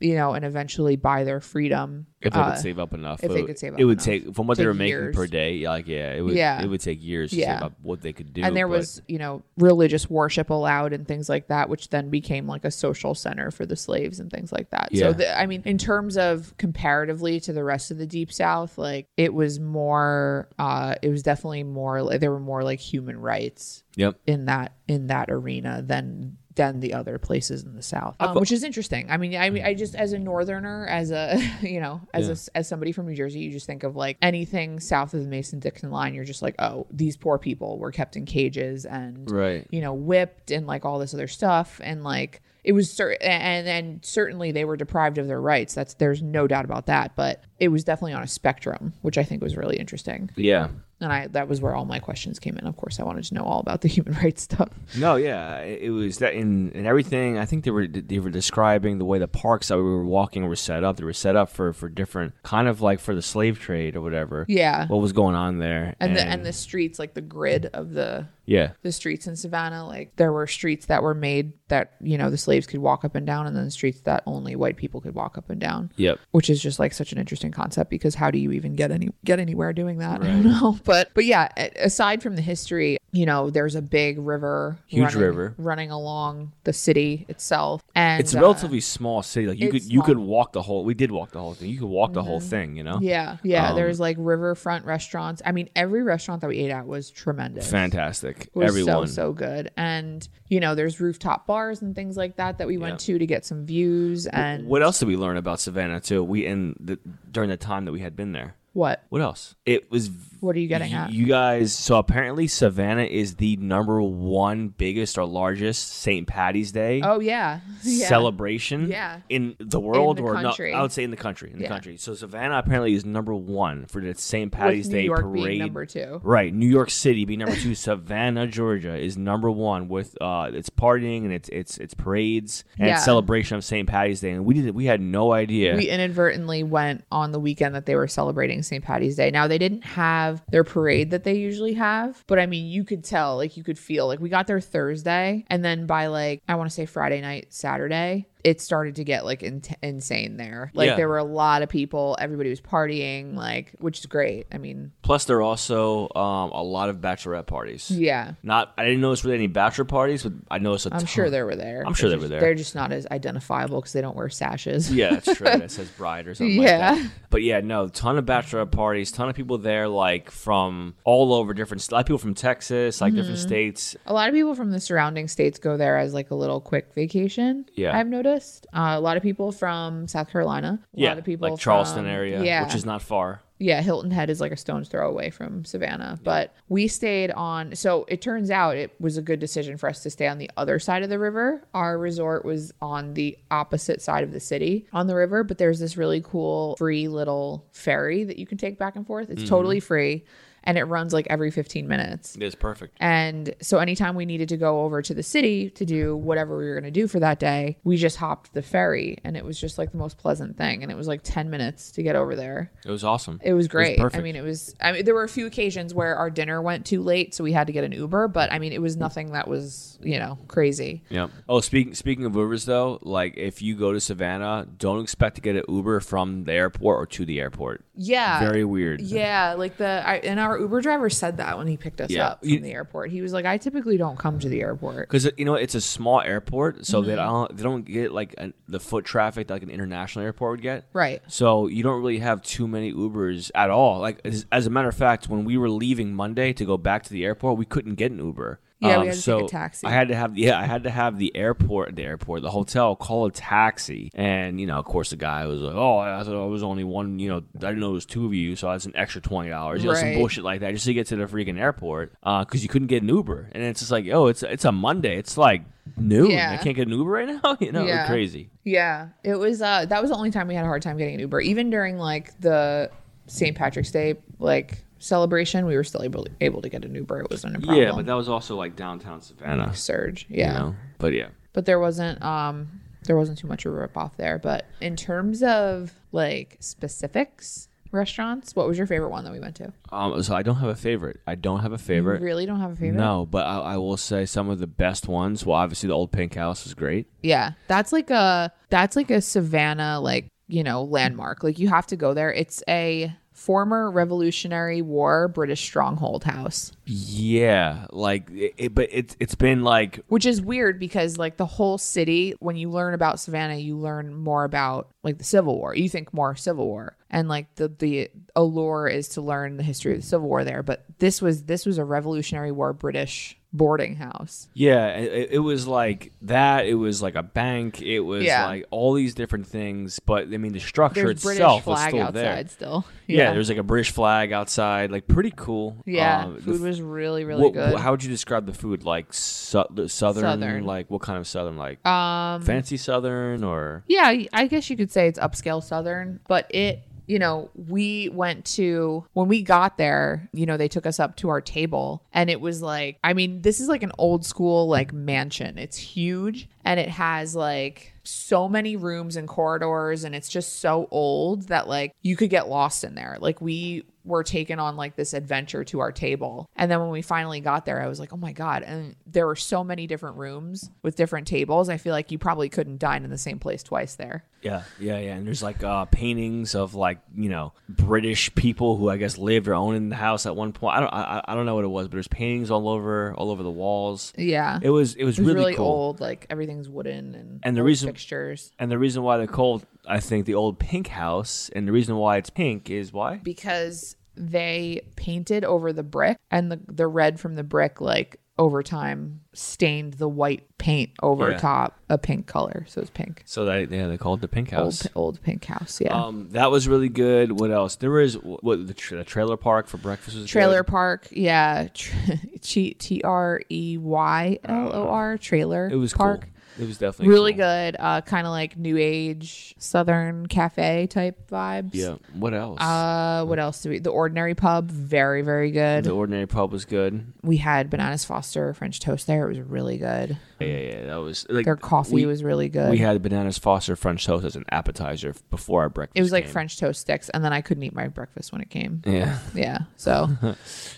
Speaker 2: you know, and eventually buy their freedom.
Speaker 1: Mm-hmm. If they
Speaker 2: Uh,
Speaker 1: could save up enough,
Speaker 2: if
Speaker 1: it,
Speaker 2: they
Speaker 1: would-
Speaker 2: could save
Speaker 1: it
Speaker 2: up
Speaker 1: would
Speaker 2: enough.
Speaker 1: take from what they
Speaker 2: Take
Speaker 1: were making per
Speaker 2: years.
Speaker 1: day. Like yeah, it would.
Speaker 2: Yeah.
Speaker 1: it would take years to
Speaker 2: Yeah.
Speaker 1: save up what they could do.
Speaker 2: and there
Speaker 1: but-
Speaker 2: was, you know, religious worship allowed and things like that, which then became like a social center for the slaves and things like that.
Speaker 1: Yeah.
Speaker 2: So, the, I mean, in terms of comparatively to the rest of the Deep South, like it was more, uh, it was definitely more, like, there were more like human rights
Speaker 1: yep.
Speaker 2: in that in that arena than than the other places in the South, um, which is interesting. I mean, I mean, I just as a Northerner, as a you know, as a, as somebody from New Jersey, you just think of like anything south of the Mason-Dixon line. You're just like, oh, these poor people were kept in cages and
Speaker 1: Right.
Speaker 2: you know whipped and like all this other stuff and like it was cer- and and certainly they were deprived of their rights. That's there's no doubt about that. But it was definitely on a spectrum, which I think was really interesting.
Speaker 1: Yeah.
Speaker 2: And I that was where all my questions came in. Of course, I wanted to know all about the human rights stuff.
Speaker 1: No, yeah, it it was that in and everything. I think they were they were describing the way the parks that we were walking were set up. They were set up for for different kind of like for the slave trade or whatever.
Speaker 2: Yeah.
Speaker 1: what was going on there?
Speaker 2: and the and the streets, like the grid of the
Speaker 1: yeah,
Speaker 2: the streets in Savannah, like there were streets that were made that you know the slaves could walk up and down, and then streets that only white people could walk up and down.
Speaker 1: yep.
Speaker 2: Which is just like such an interesting concept because how do you even get any get anywhere doing that? I don't know. But but yeah, a- aside from the history, you know, there's a big river,
Speaker 1: Huge
Speaker 2: running,
Speaker 1: river.
Speaker 2: running along the city itself, and
Speaker 1: It's a
Speaker 2: uh,
Speaker 1: relatively small city. Like you could
Speaker 2: it's
Speaker 1: you could
Speaker 2: small. Mm-hmm.
Speaker 1: walk the whole. We did walk the whole thing. You could walk the whole thing. You know.
Speaker 2: Yeah, yeah.
Speaker 1: Um,
Speaker 2: there's like riverfront restaurants. I mean, every restaurant that we ate at was tremendous.
Speaker 1: Fantastic.
Speaker 2: was
Speaker 1: Everyone.
Speaker 2: so so good, and you know, there's rooftop bars and things like that that we went
Speaker 1: Yeah.
Speaker 2: to to get some views and
Speaker 1: what else did we learn about Savannah too? We in the, during the time that we had been there.
Speaker 2: what?
Speaker 1: What else? It was.
Speaker 2: What are you getting
Speaker 1: y-
Speaker 2: at?
Speaker 1: You guys. So apparently, Savannah is the number one biggest or largest St. Patty's Day
Speaker 2: Oh yeah, yeah.
Speaker 1: celebration.
Speaker 2: Yeah.
Speaker 1: In the world,
Speaker 2: In the
Speaker 1: or no,
Speaker 2: country.
Speaker 1: I would say in the country. In the
Speaker 2: Yeah.
Speaker 1: country. So Savannah apparently is number one for the St. Patty's
Speaker 2: With New
Speaker 1: Day
Speaker 2: York
Speaker 1: parade.
Speaker 2: being number two.
Speaker 1: Right, New York City be number two. Savannah, Georgia is number one with uh, its partying and its its its parades and
Speaker 2: Yeah.
Speaker 1: its celebration of St. Patty's Day. And we did we had no idea.
Speaker 2: We inadvertently went on the weekend that they were celebrating St. Patty's Day. Now they didn't have their parade that they usually have, but I mean, you could tell, like you could feel, like we got there Thursday, and then by like I want to say Friday night, Saturday, it started to get like in- insane there. Like
Speaker 1: Yeah.
Speaker 2: there were a lot of people, everybody was partying, like which is great. I mean,
Speaker 1: Plus, there are also um, a lot of bachelorette parties.
Speaker 2: yeah.
Speaker 1: Not I didn't notice really any bachelor parties, but I noticed a
Speaker 2: I'm
Speaker 1: ton.
Speaker 2: sure they were there.
Speaker 1: I'm sure
Speaker 2: It's
Speaker 1: they were
Speaker 2: just-
Speaker 1: there.
Speaker 2: They're just not as identifiable because they don't wear sashes.
Speaker 1: Yeah, that's true. It says bride or something
Speaker 2: Yeah.
Speaker 1: like that. But yeah, no, ton of bachelorette parties, ton of people there, like from all over different. st- A lot of people from Texas, like different states.
Speaker 2: Mm-hmm. A lot of people from the surrounding states go there as like a little quick vacation.
Speaker 1: Yeah.
Speaker 2: I've noticed uh, a lot of people from South Carolina. A
Speaker 1: yeah,
Speaker 2: lot of people
Speaker 1: like Charleston
Speaker 2: from-
Speaker 1: area,
Speaker 2: Yeah,
Speaker 1: which is not far.
Speaker 2: yeah, Hilton Head is like a stone's throw away from Savannah. But we stayed on, so it turns out it was a good decision for us to stay on the other side of the river. Our resort was on the opposite side of the city on the river, but there's this really cool free little ferry that you can take back and forth.
Speaker 1: Mm-hmm.
Speaker 2: It's totally free and it runs like every 15 minutes.
Speaker 1: It is perfect.
Speaker 2: And so anytime we needed to go over to the city to do whatever we were going to do for that day, we just hopped the ferry and it was just like the most pleasant thing. And it was like 10 minutes to get over there.
Speaker 1: It was awesome.
Speaker 2: It was great. I
Speaker 1: perfect.
Speaker 2: mean, it was, I mean, there were a few occasions where our dinner went too late, so we had to get an Uber, but I mean, it was nothing that was, you know, crazy.
Speaker 1: Yeah. Oh, speaking speaking of Ubers though, like if you go to Savannah, don't expect to get an Uber from the airport or to the airport.
Speaker 2: Yeah.
Speaker 1: Very weird.
Speaker 2: Yeah, like the I, and our Uber driver said that when he picked us
Speaker 1: Yeah.
Speaker 2: up from
Speaker 1: You-
Speaker 2: the airport. He was like, "I typically don't come to the airport."
Speaker 1: Because you know it's a small airport, so
Speaker 2: Mm-hmm.
Speaker 1: they don't they don't get like an, the foot traffic that, like an international airport would get.
Speaker 2: Right.
Speaker 1: So you don't really have too many Ubers at all. Like as, as a matter of fact, when we were leaving Monday to go back to the airport, we couldn't get an Uber. Um,
Speaker 2: Yeah, we had to take a taxi.
Speaker 1: I had to have yeah, I had to have the airport, the airport, the hotel call a taxi, and you know, of course, the guy was like, "Oh, I thought it was only one. You know, I didn't know it was two of you, so that's an extra twenty dollars. You know, some
Speaker 2: Right.
Speaker 1: bullshit like that just to get to the freaking airport because you couldn't get an Uber. And it's just like, oh, it's it's a Monday. It's like noon. I
Speaker 2: Yeah.
Speaker 1: can't get an Uber right now. You know,
Speaker 2: Yeah.
Speaker 1: crazy.
Speaker 2: Yeah, it was. Uh, that was the only time we had a hard time getting an Uber. Even during like the St. Patrick's Day like celebration, we were still able able to get an Uber. It wasn't a problem.
Speaker 1: Yeah, but that was also like downtown Savannah.
Speaker 2: surge. Yeah,
Speaker 1: You know? But yeah.
Speaker 2: but there wasn't um there wasn't too much of a rip off there. But in terms of like specifics, restaurants, what was your favorite one that we went to?
Speaker 1: Um, so I don't have a favorite. I don't have a favorite.
Speaker 2: Really, don't have a favorite.
Speaker 1: No, but I, I will say some of the best ones. Well, obviously the old Pink House was great.
Speaker 2: Yeah, that's like a that's like a Savannah like you know landmark. Like you have to go there. It's a former Revolutionary War British stronghold house.
Speaker 1: Yeah, like it, it- but it's it's been like
Speaker 2: which is weird because like the whole city when you learn about savannah you learn more about like the civil war you think more civil war and like the the allure is to learn the history of the civil war there but this was this was a revolutionary war british boarding house
Speaker 1: yeah, it, it was like that. It was like a bank. It was
Speaker 2: Yeah.
Speaker 1: like all these different things. But I mean, the structure
Speaker 2: there's british
Speaker 1: itself was
Speaker 2: flag
Speaker 1: still
Speaker 2: outside
Speaker 1: there.
Speaker 2: still
Speaker 1: Yeah. there's like a British flag outside. Like pretty cool.
Speaker 2: yeah
Speaker 1: Um, the
Speaker 2: food
Speaker 1: f-
Speaker 2: was really really
Speaker 1: what-
Speaker 2: good
Speaker 1: How would you describe the food? Like su- southern,
Speaker 2: Southern.
Speaker 1: like what kind of southern? Like
Speaker 2: um
Speaker 1: fancy southern or
Speaker 2: Yeah, I- I guess you could say it's upscale Southern, but it, you know, we went to, when we got there, you know, they took us up to our table and it was like, I mean, this is like an old school like mansion. It's huge and it has like, so many rooms and corridors and it's just so old that like you could get lost in there like we were taken on like this adventure to our table. And then when we finally got there, I was like, oh my God. And there were so many different rooms with different tables. I feel like you probably couldn't dine in the same place twice there.
Speaker 1: Yeah, yeah, yeah. And there's like uh, paintings of like you know British people who I guess lived or owned in the house at one point. I don't, I, I- I don't know what it was, but there's paintings all over, all over the walls.
Speaker 2: Yeah.
Speaker 1: It was, it was,
Speaker 2: It was
Speaker 1: really,
Speaker 2: really,
Speaker 1: cool.
Speaker 2: old. Like everything's wooden and,
Speaker 1: And the
Speaker 2: old
Speaker 1: reason-
Speaker 2: fixtures.
Speaker 1: And the reason why they're called, I think, the old pink house, and the reason why it's pink is why.
Speaker 2: because they painted over the brick and the, the red from the brick like over time stained the white paint over
Speaker 1: Yeah.
Speaker 2: top a pink color. So it's pink.
Speaker 1: So they, yeah, they called it the pink
Speaker 2: Old,
Speaker 1: house.
Speaker 2: old pink house. Yeah.
Speaker 1: Um, that was really good. What else? There was what the, tra- the trailer park for breakfast was
Speaker 2: Trailer
Speaker 1: Good.
Speaker 2: Park, yeah, T R E Y L O R Trailer.
Speaker 1: Uh, It was
Speaker 2: Park,
Speaker 1: cool. It was definitely
Speaker 2: really
Speaker 1: cool.
Speaker 2: good. Uh, kind of like New Age Southern cafe type vibes.
Speaker 1: Yeah. What else?
Speaker 2: Uh, what else did we? The Ordinary Pub, very very good.
Speaker 1: the ordinary pub was good.
Speaker 2: we had bananas Foster French toast there. It was really good.
Speaker 1: Yeah, yeah, yeah. That was like
Speaker 2: Their coffee
Speaker 1: we-
Speaker 2: was really good.
Speaker 1: We had bananas foster French toast as an appetizer f- before our breakfast.
Speaker 2: it was like
Speaker 1: came.
Speaker 2: French toast sticks, and then I couldn't eat my breakfast when it came.
Speaker 1: Yeah.
Speaker 2: Yeah. So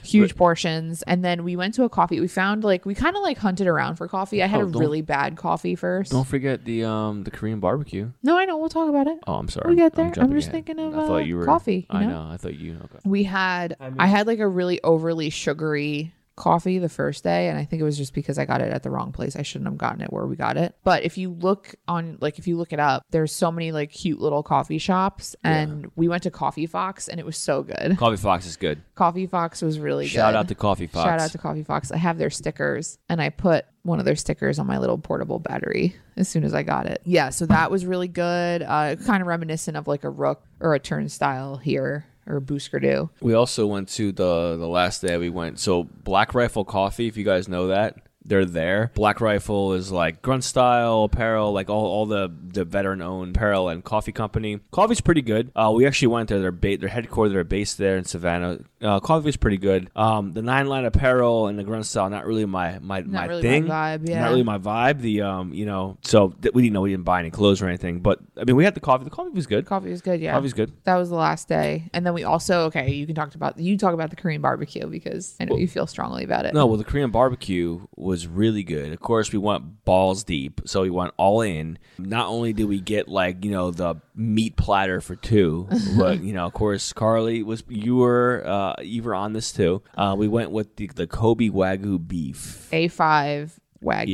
Speaker 2: huge portions. And then we went to a coffee. We found like we kind of like hunted around for coffee. I had
Speaker 1: Oh,
Speaker 2: a
Speaker 1: don't-
Speaker 2: really bad coffee 1st
Speaker 1: Don't forget the um the Korean barbecue.
Speaker 2: No, I know. We'll talk about it.
Speaker 1: Oh, I'm sorry.
Speaker 2: We get there.
Speaker 1: I'm,
Speaker 2: I'm
Speaker 1: jumping
Speaker 2: just
Speaker 1: ahead.
Speaker 2: thinking of,
Speaker 1: I
Speaker 2: uh,
Speaker 1: thought you were
Speaker 2: coffee, you
Speaker 1: I
Speaker 2: know?
Speaker 1: know. I thought you. Okay.
Speaker 2: We had I, had like a really overly sugary coffee the first day and I think it was just because I got it at the wrong place. I shouldn't have gotten it where we got it. But if you look on like if you look it up, there's so many like cute little coffee shops and we went to Coffee Fox and it was so good.
Speaker 1: Coffee Fox is good.
Speaker 2: Coffee Fox was really
Speaker 1: Shout
Speaker 2: good.
Speaker 1: out to Coffee Fox.
Speaker 2: Shout out to Coffee Fox. I have their stickers and I put one of their stickers on my little portable battery as soon as I got it. Yeah, so that was really good. Uh, kind of reminiscent of like a rook or a turnstile here or Buskerdoo.
Speaker 1: We also went to the the last day we went. So Black Rifle Coffee, if you guys know that, they're there. Black Rifle is like grunt style apparel, like all, all the the veteran owned apparel and coffee company. Coffee's pretty good. Uh, we actually went there. Their ba- their headquarters, they're based there in Savannah. Uh, coffee's pretty good. Um, the nine line apparel and the grunt style, not really my my, my
Speaker 2: really my
Speaker 1: thing.
Speaker 2: vibe, yeah.
Speaker 1: Not really my vibe. The um, you know, so th- we didn't know we didn't buy any clothes or anything. But I mean, we had the coffee. The coffee was good.
Speaker 2: Coffee was good, yeah.
Speaker 1: Coffee's good.
Speaker 2: That was the last day, and then we also okay. You can talk about you talk about the Korean barbecue because I know you feel strongly about it.
Speaker 1: No, well, the Korean barbecue was really good. Of course, we went balls deep, so we went all in. Not only did we get like you know the meat platter for two, but you know, of course, Carly was you were uh, you were on this too. Uh, we went with the, the Kobe Wagyu beef,
Speaker 2: A five wagyu,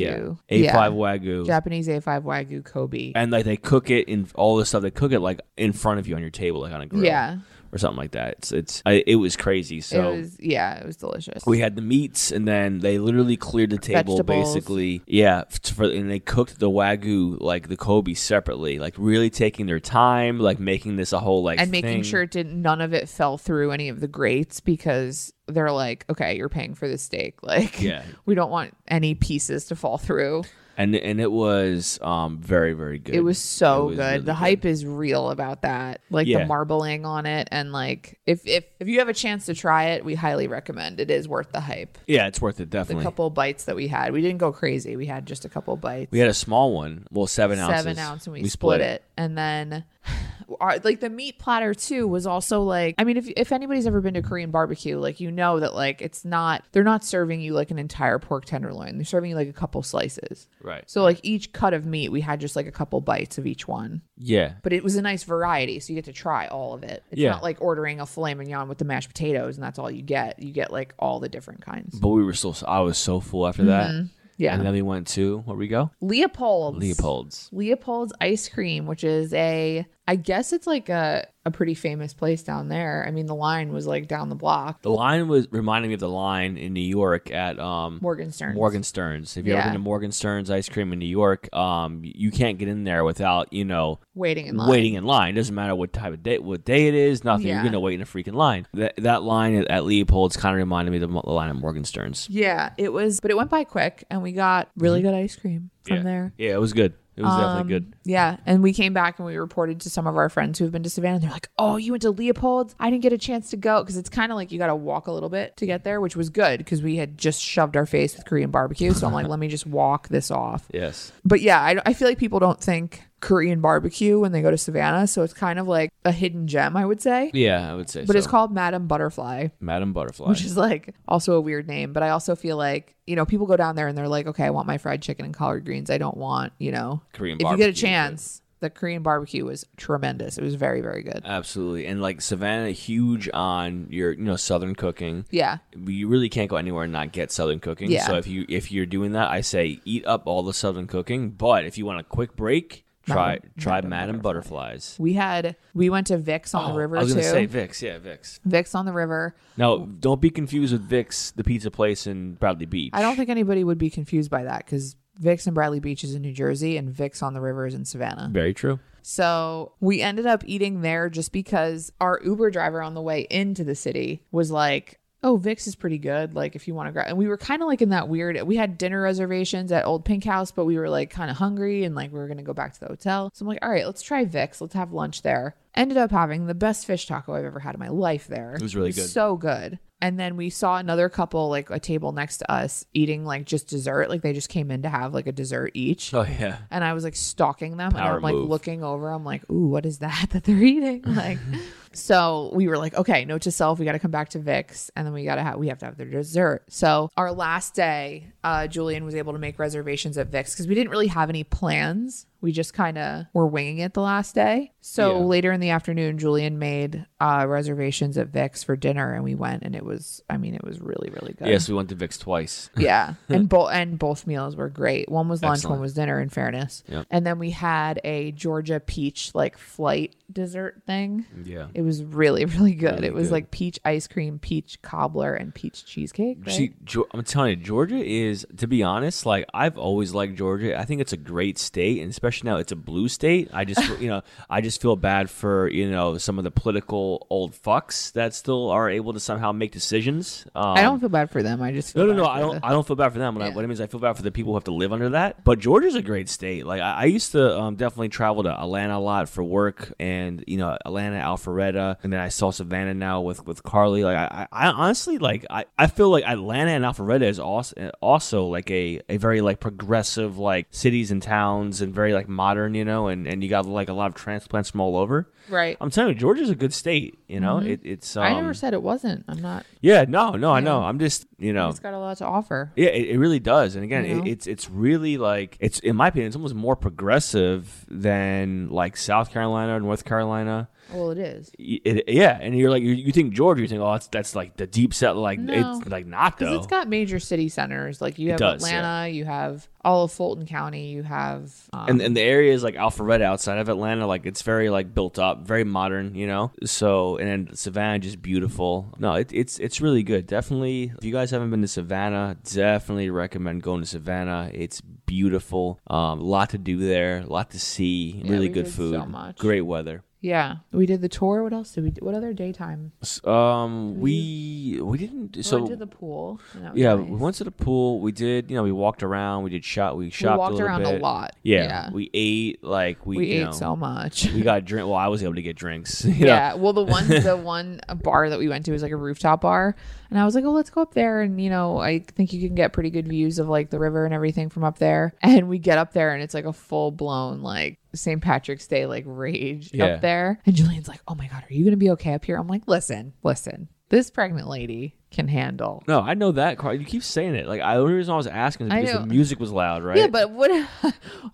Speaker 1: yeah, A
Speaker 2: Yeah.
Speaker 1: five Wagyu,
Speaker 2: Japanese A five wagyu Kobe.
Speaker 1: and like they cook it in all the stuff. They cook it like in front of you on your table, like on a grill,
Speaker 2: Yeah.
Speaker 1: or something like that. It's it's I, it was crazy. So
Speaker 2: it was yeah, it was delicious.
Speaker 1: we had the meats and then they literally cleared the table
Speaker 2: Vegetables.
Speaker 1: basically yeah f- for, and they cooked the wagyu like the kobe separately like really taking their time like making this a whole like
Speaker 2: and making
Speaker 1: thing.
Speaker 2: sure it didn't none of it fell through any of the grates because they're like, okay, you're paying for the steak, like
Speaker 1: Yeah.
Speaker 2: we don't want any pieces to fall through.
Speaker 1: and and it was um very very good
Speaker 2: It was so
Speaker 1: It was
Speaker 2: good.
Speaker 1: really
Speaker 2: the hype is real about that. Like
Speaker 1: Yeah.
Speaker 2: the marbling on it and like if if if you have a chance to try it, we highly recommend. It is worth the hype.
Speaker 1: yeah it's worth it
Speaker 2: The
Speaker 1: definitely
Speaker 2: couple bites that we had. We didn't go crazy. We had just a couple bites.
Speaker 1: we had a small one well seven ounces
Speaker 2: seven ounce and we, split, it. and then our, like the meat platter too was also like i mean if, if anybody's ever been to korean barbecue like you know that like it's not they're not serving you like an entire pork tenderloin they're serving you like a couple slices
Speaker 1: right
Speaker 2: so like each cut of meat we had just like a couple bites of each one
Speaker 1: yeah
Speaker 2: but it was a nice variety so you get to try all of it it's
Speaker 1: Yeah.
Speaker 2: not like ordering a filet mignon with the mashed potatoes and that's all you get you get like all the different kinds
Speaker 1: but we were still i was so full after that
Speaker 2: Mm-hmm. yeah
Speaker 1: and then we went to where we go
Speaker 2: leopold's
Speaker 1: leopold's
Speaker 2: Leopold's Ice Cream, which is a, I guess it's like a, a pretty famous place down there. I mean, the line was like down the block.
Speaker 1: the line was reminding me of the line in new york at um
Speaker 2: Morgan Stern.
Speaker 1: Morgan Stearns. If you ever
Speaker 2: Yeah.
Speaker 1: been to Morgan Stearns ice cream in New York, um, you can't get in there without you know
Speaker 2: Waiting in line.
Speaker 1: waiting in line. Doesn't matter what type of day, what day it is, nothing. You're
Speaker 2: Yeah.
Speaker 1: gonna wait in a freaking line. That that line at, at Leopold's kind of reminded me of the, mo- the line at Morgan Stearns.
Speaker 2: Yeah, it was, but it went by quick and we got really good ice cream from
Speaker 1: Mm-hmm. yeah.
Speaker 2: there. Um,
Speaker 1: Yeah, it was good. It was definitely good.
Speaker 2: Yeah. And we came back and we reported to some of our friends who've been to Savannah. They're like, oh, you went to Leopold's? I didn't get a chance to go because it's kind of like you got to walk a little bit to get there, which was good because we had just shoved our face with Korean barbecue. So I'm like, let me just walk this off.
Speaker 1: Yes.
Speaker 2: But yeah, I, I feel like people don't think Korean barbecue when they go to Savannah. So it's kind of like a hidden gem, I would say.
Speaker 1: Yeah, I would say.
Speaker 2: But
Speaker 1: so.
Speaker 2: it's called Madame Butterfly,
Speaker 1: Madam Butterfly.
Speaker 2: which is like also a weird name. But I also feel like, you know, people go down there and they're like, okay, I want my fried chicken and collard greens. I don't want, you know,
Speaker 1: Korean
Speaker 2: if you get
Speaker 1: barbecue
Speaker 2: a
Speaker 1: is good.
Speaker 2: chance, the Korean barbecue was tremendous. It was very, very
Speaker 1: Uh,
Speaker 2: good.
Speaker 1: Absolutely, and like Savannah, huge on your you know Southern cooking.
Speaker 2: Yeah.
Speaker 1: you really can't go anywhere and not get southern cooking.
Speaker 2: Yeah.
Speaker 1: So if you if you're doing that, I say eat up all the southern cooking. But if you want a quick break, try
Speaker 2: Madam-
Speaker 1: try
Speaker 2: Madam
Speaker 1: Madam, Butterflies.
Speaker 2: We had, we went to Vic's on the river
Speaker 1: Oh, I was
Speaker 2: too.
Speaker 1: gonna say Vix, yeah, Vix.
Speaker 2: Vic's on the river.
Speaker 1: Now, don't be confused with Vix, the pizza place in Bradley Beach.
Speaker 2: I don't think anybody would be confused by that because Vic's and Bradley Beach is in New Jersey and Vic's on the river is in Savannah.
Speaker 1: Very true.
Speaker 2: So we ended up eating there just because our Uber driver on the way into the city was like, Oh, Vix is pretty good. Like, if you want to grab, and we were kind of like in that weird. We had dinner reservations at Old Pink House, but we were like kind of hungry and like we were gonna go back to the hotel. So I'm like, all right, let's try Vix. Let's have lunch there. Ended up having the best fish taco I've ever had in my life there. It
Speaker 1: was really good.
Speaker 2: so good. And then we saw another couple like a table next to us eating like just dessert. Like they just came in to have like a dessert each
Speaker 1: Oh yeah.
Speaker 2: and I was like stalking them
Speaker 1: Power
Speaker 2: and I'm like
Speaker 1: move.
Speaker 2: looking over. I'm like, ooh, what is that that they're eating? Like, so we were like, okay, note to self, we got to come back to Vic's, and then we gotta have we have to have their dessert. So our last day, uh, Julian was able to make reservations at Vic's because we didn't really have any plans. We just kind of were winging it the last day. So
Speaker 1: Yeah.
Speaker 2: later in the afternoon, Julian made uh, reservations at Vic's for dinner, and we went, and it was, I mean, it was really, really good.
Speaker 1: Yes, we went to Vix twice.
Speaker 2: Yeah, and both and both meals were great. One was lunch,
Speaker 1: Excellent.
Speaker 2: one was dinner. In fairness,
Speaker 1: Yep.
Speaker 2: and then we had a Georgia peach like flight dessert thing.
Speaker 1: Yeah.
Speaker 2: It It was really, really good. it was
Speaker 1: good.
Speaker 2: like peach ice cream, peach cobbler, and peach cheesecake. right?
Speaker 1: See, Geo- I'm telling you, Georgia is, to be honest, like I've always liked Georgia. I think it's a great state, and especially now it's a blue state. I just, feel- you know, I just feel bad for you know some of the political old fucks that still are able to somehow make decisions. Um,
Speaker 2: I don't feel bad for them. I just
Speaker 1: No,
Speaker 2: feel
Speaker 1: no, no.
Speaker 2: bad
Speaker 1: I
Speaker 2: for
Speaker 1: don't.
Speaker 2: the-
Speaker 1: I don't feel bad for them. What, I, what I mean is, I feel bad for the people who have to live under that. But Georgia's a great state. Like I, I used to um, definitely travel to Atlanta a lot for work, and you know Atlanta, Alpharetta, and then I saw Savannah now with with Carly. Like I, I I honestly like I, I feel like Atlanta and Alpharetta is also also like a a very like progressive like cities and towns and very like modern, you know, and and you got like a lot of transplants from all over.
Speaker 2: right.
Speaker 1: I'm telling you, Georgia's a good state. You know, it, it's um,
Speaker 2: Mm-hmm. I never said it wasn't. I'm not.
Speaker 1: yeah, no, no, I know. I'm just you know.
Speaker 2: It's got a lot to offer.
Speaker 1: Yeah, it, it really does. And again,
Speaker 2: You know?
Speaker 1: it, it's it's really like it's in my opinion, it's almost more progressive than like South Carolina or North Carolina.
Speaker 2: Well, it is.
Speaker 1: Y- it- yeah, and you're like you, you think Georgia, you think oh, that's that's like the deep set, like
Speaker 2: No.
Speaker 1: it's like not
Speaker 2: Because
Speaker 1: though.
Speaker 2: it's got major city centers. Like you have
Speaker 1: does, yeah.
Speaker 2: Atlanta, you have all of Fulton County, you have. Um,
Speaker 1: and, and the area is like Alpharetta outside of Atlanta, like it's very like built up, very modern, you know. So and then Savannah just beautiful. No, it, it's it's really good. Definitely, if you guys haven't been to Savannah, definitely recommend going to Savannah. It's beautiful. Um, a lot to do there, a lot to see. really
Speaker 2: we
Speaker 1: good
Speaker 2: did
Speaker 1: food,
Speaker 2: so much.
Speaker 1: great weather.
Speaker 2: yeah, we did the tour. What else did we? do? What other daytime?
Speaker 1: S- Um, we we didn't
Speaker 2: We
Speaker 1: so.
Speaker 2: went to the pool. and that was
Speaker 1: yeah,
Speaker 2: nice.
Speaker 1: we went to the pool. We did, you know, we walked around. We did shot. We shopped.
Speaker 2: walked
Speaker 1: a little
Speaker 2: around a
Speaker 1: bit.
Speaker 2: lot,
Speaker 1: Yeah,
Speaker 2: yeah.
Speaker 1: we ate like we.
Speaker 2: We
Speaker 1: you
Speaker 2: ate
Speaker 1: know,
Speaker 2: so much.
Speaker 1: we got drink. Well, I was able to get drinks. You know?
Speaker 2: Yeah. Well, the one the one bar that we went to was like a rooftop bar, and I was like, "Oh, let's go up there." And you know, I think you can get pretty good views of like the river and everything from up there. And we get up there, and it's like a full blown like St. Patrick's Day like rage
Speaker 1: Yeah.
Speaker 2: up there. And Julian's like, "Oh my god, are you gonna be okay up here?" I'm like, "Listen, listen, this pregnant lady can handle."
Speaker 1: No, I know that. Carl. You keep saying it. Like I, the only reason I was asking is
Speaker 2: I
Speaker 1: because the
Speaker 2: know.
Speaker 1: music was loud, right?
Speaker 2: Yeah, but what?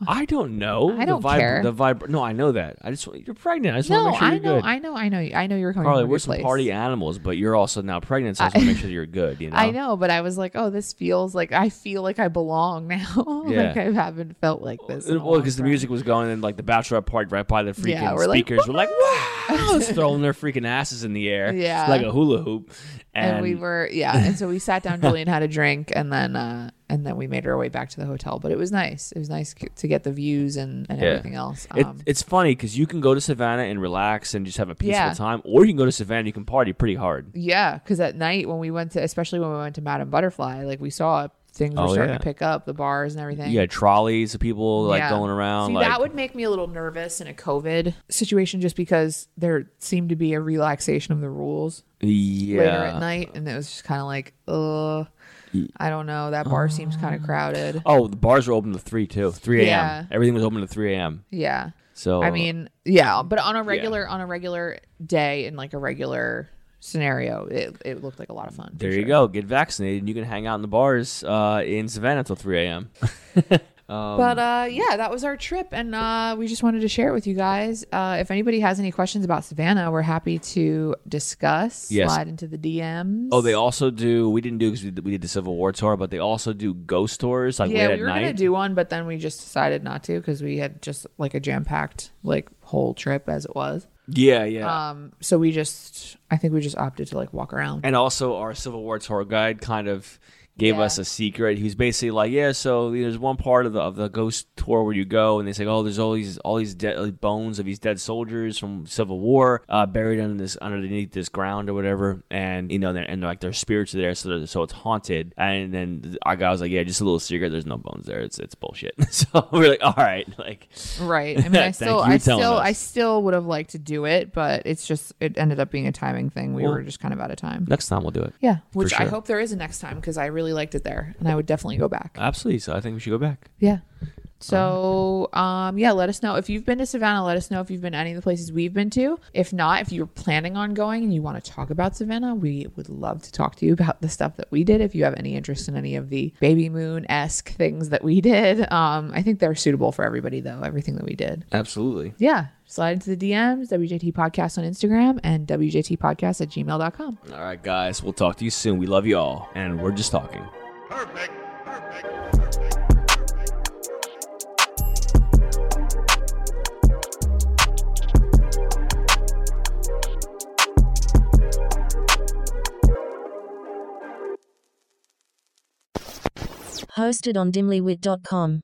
Speaker 1: I don't know.
Speaker 2: I don't
Speaker 1: the vib-
Speaker 2: care.
Speaker 1: The vibe. No, I know that. I just want- you're pregnant. I just
Speaker 2: no,
Speaker 1: want to make sure
Speaker 2: I
Speaker 1: you're
Speaker 2: know,
Speaker 1: good.
Speaker 2: I know, I know, I know you're coming
Speaker 1: Carly,
Speaker 2: from a
Speaker 1: we're
Speaker 2: good
Speaker 1: some
Speaker 2: place.
Speaker 1: party animals, but you're also now pregnant, so I just want to make sure you're good. You know.
Speaker 2: I know, but I was like, oh, this feels like I feel like I belong now.
Speaker 1: Yeah.
Speaker 2: like I haven't felt like this. in a
Speaker 1: Well,
Speaker 2: long
Speaker 1: because the
Speaker 2: time.
Speaker 1: music was going, and like the bachelorette parked right by the freaking
Speaker 2: Yeah, we're like,
Speaker 1: speakers. we're like, wow, Just throwing their freaking asses in the air,
Speaker 2: Yeah.
Speaker 1: like a hula hoop.
Speaker 2: and, we were yeah and so we sat down julian had a drink and then uh and then we made our way back to the hotel but it was nice it was nice c- to get the views and, and
Speaker 1: Yeah.
Speaker 2: everything else
Speaker 1: It,
Speaker 2: um
Speaker 1: it's funny because you can go to Savannah and relax and just have a peaceful
Speaker 2: Yeah.
Speaker 1: time, or you can go to Savannah. You can party pretty hard.
Speaker 2: yeah because at night when we went to especially when we went to madame butterfly like we saw things were
Speaker 1: Oh,
Speaker 2: starting
Speaker 1: yeah.
Speaker 2: to pick up the bars and everything
Speaker 1: You had trolleys of people like
Speaker 2: Yeah.
Speaker 1: going around.
Speaker 2: See,
Speaker 1: like,
Speaker 2: that would make me a little nervous in a COVID situation, just because there seemed to be a relaxation of the rules
Speaker 1: yeah.
Speaker 2: later at night, and it was just kind of like, uh, I don't know. That bar seems kind of crowded.
Speaker 1: Oh, the bars were open to three too. Three a.m.
Speaker 2: Yeah.
Speaker 1: Everything was open to three a.m.
Speaker 2: Yeah.
Speaker 1: So
Speaker 2: I mean, yeah, but on a regular on a regular day in like a regular scenario, it, it looked like a lot of fun. for
Speaker 1: there you
Speaker 2: sure.
Speaker 1: go. Get vaccinated, and you can hang out in the bars uh, in Savannah till three a.m.
Speaker 2: but uh, yeah, that was our trip, and uh, we just wanted to share it with you guys. Uh, if anybody has any questions about Savannah, we're happy to discuss.
Speaker 1: Yes.
Speaker 2: Slide into the DMs.
Speaker 1: Oh, they also do. We didn't do because we, did- we did the Civil War tour, but they also do ghost tours like
Speaker 2: yeah,
Speaker 1: late
Speaker 2: we
Speaker 1: at
Speaker 2: were gonna
Speaker 1: night.
Speaker 2: do one, but then we just decided not to because we had just like a jam packed like whole trip as it was.
Speaker 1: yeah, yeah.
Speaker 2: Um, so we just, I think we just opted to like walk around.
Speaker 1: and also our Civil War tour guide kind of gave
Speaker 2: Yeah.
Speaker 1: us a secret. He was basically like, "Yeah, so there's one part of the of the ghost tour where you go, and they say, oh, there's all these all these dead like, bones of these dead soldiers from Civil War uh, buried under this underneath this ground or whatever, and you know, they're, and like their spirits are there, so they're- so it's haunted." And then our guy was like, "Yeah, just a little secret. There's no bones there. It's it's bullshit." so we're like, "All right, like."
Speaker 2: Right. I mean, I
Speaker 1: Thank
Speaker 2: still,
Speaker 1: you for
Speaker 2: I
Speaker 1: telling
Speaker 2: still,
Speaker 1: us.
Speaker 2: I still would have liked to do it, but it's just, it ended up being a timing thing. We
Speaker 1: Well-
Speaker 2: were just kind of out of time.
Speaker 1: Next time we'll do it.
Speaker 2: Yeah. Which I
Speaker 1: sure.
Speaker 2: hope there is a next time because I really liked it there and I would definitely go back.
Speaker 1: Absolutely. So I think we should go back.
Speaker 2: Yeah. So, um, yeah, let us know if you've been to Savannah. Let us know if you've been to any of the places we've been to. If not, if you're planning on going and you want to talk about Savannah, we would love to talk to you about the stuff that we did. If you have any interest in any of the baby moon esque things that we did, um, I think they're suitable for everybody though. Everything that we did,
Speaker 1: Absolutely.
Speaker 2: yeah. Slide into the DMs, WJT Podcast on Instagram and WJT Podcast at gmail.com.
Speaker 1: All right, guys. We'll talk to you soon. We love you all, and we're just talking.
Speaker 5: Perfect. Perfect. Perfect. Perfect.
Speaker 6: Hosted on dimlywit.com.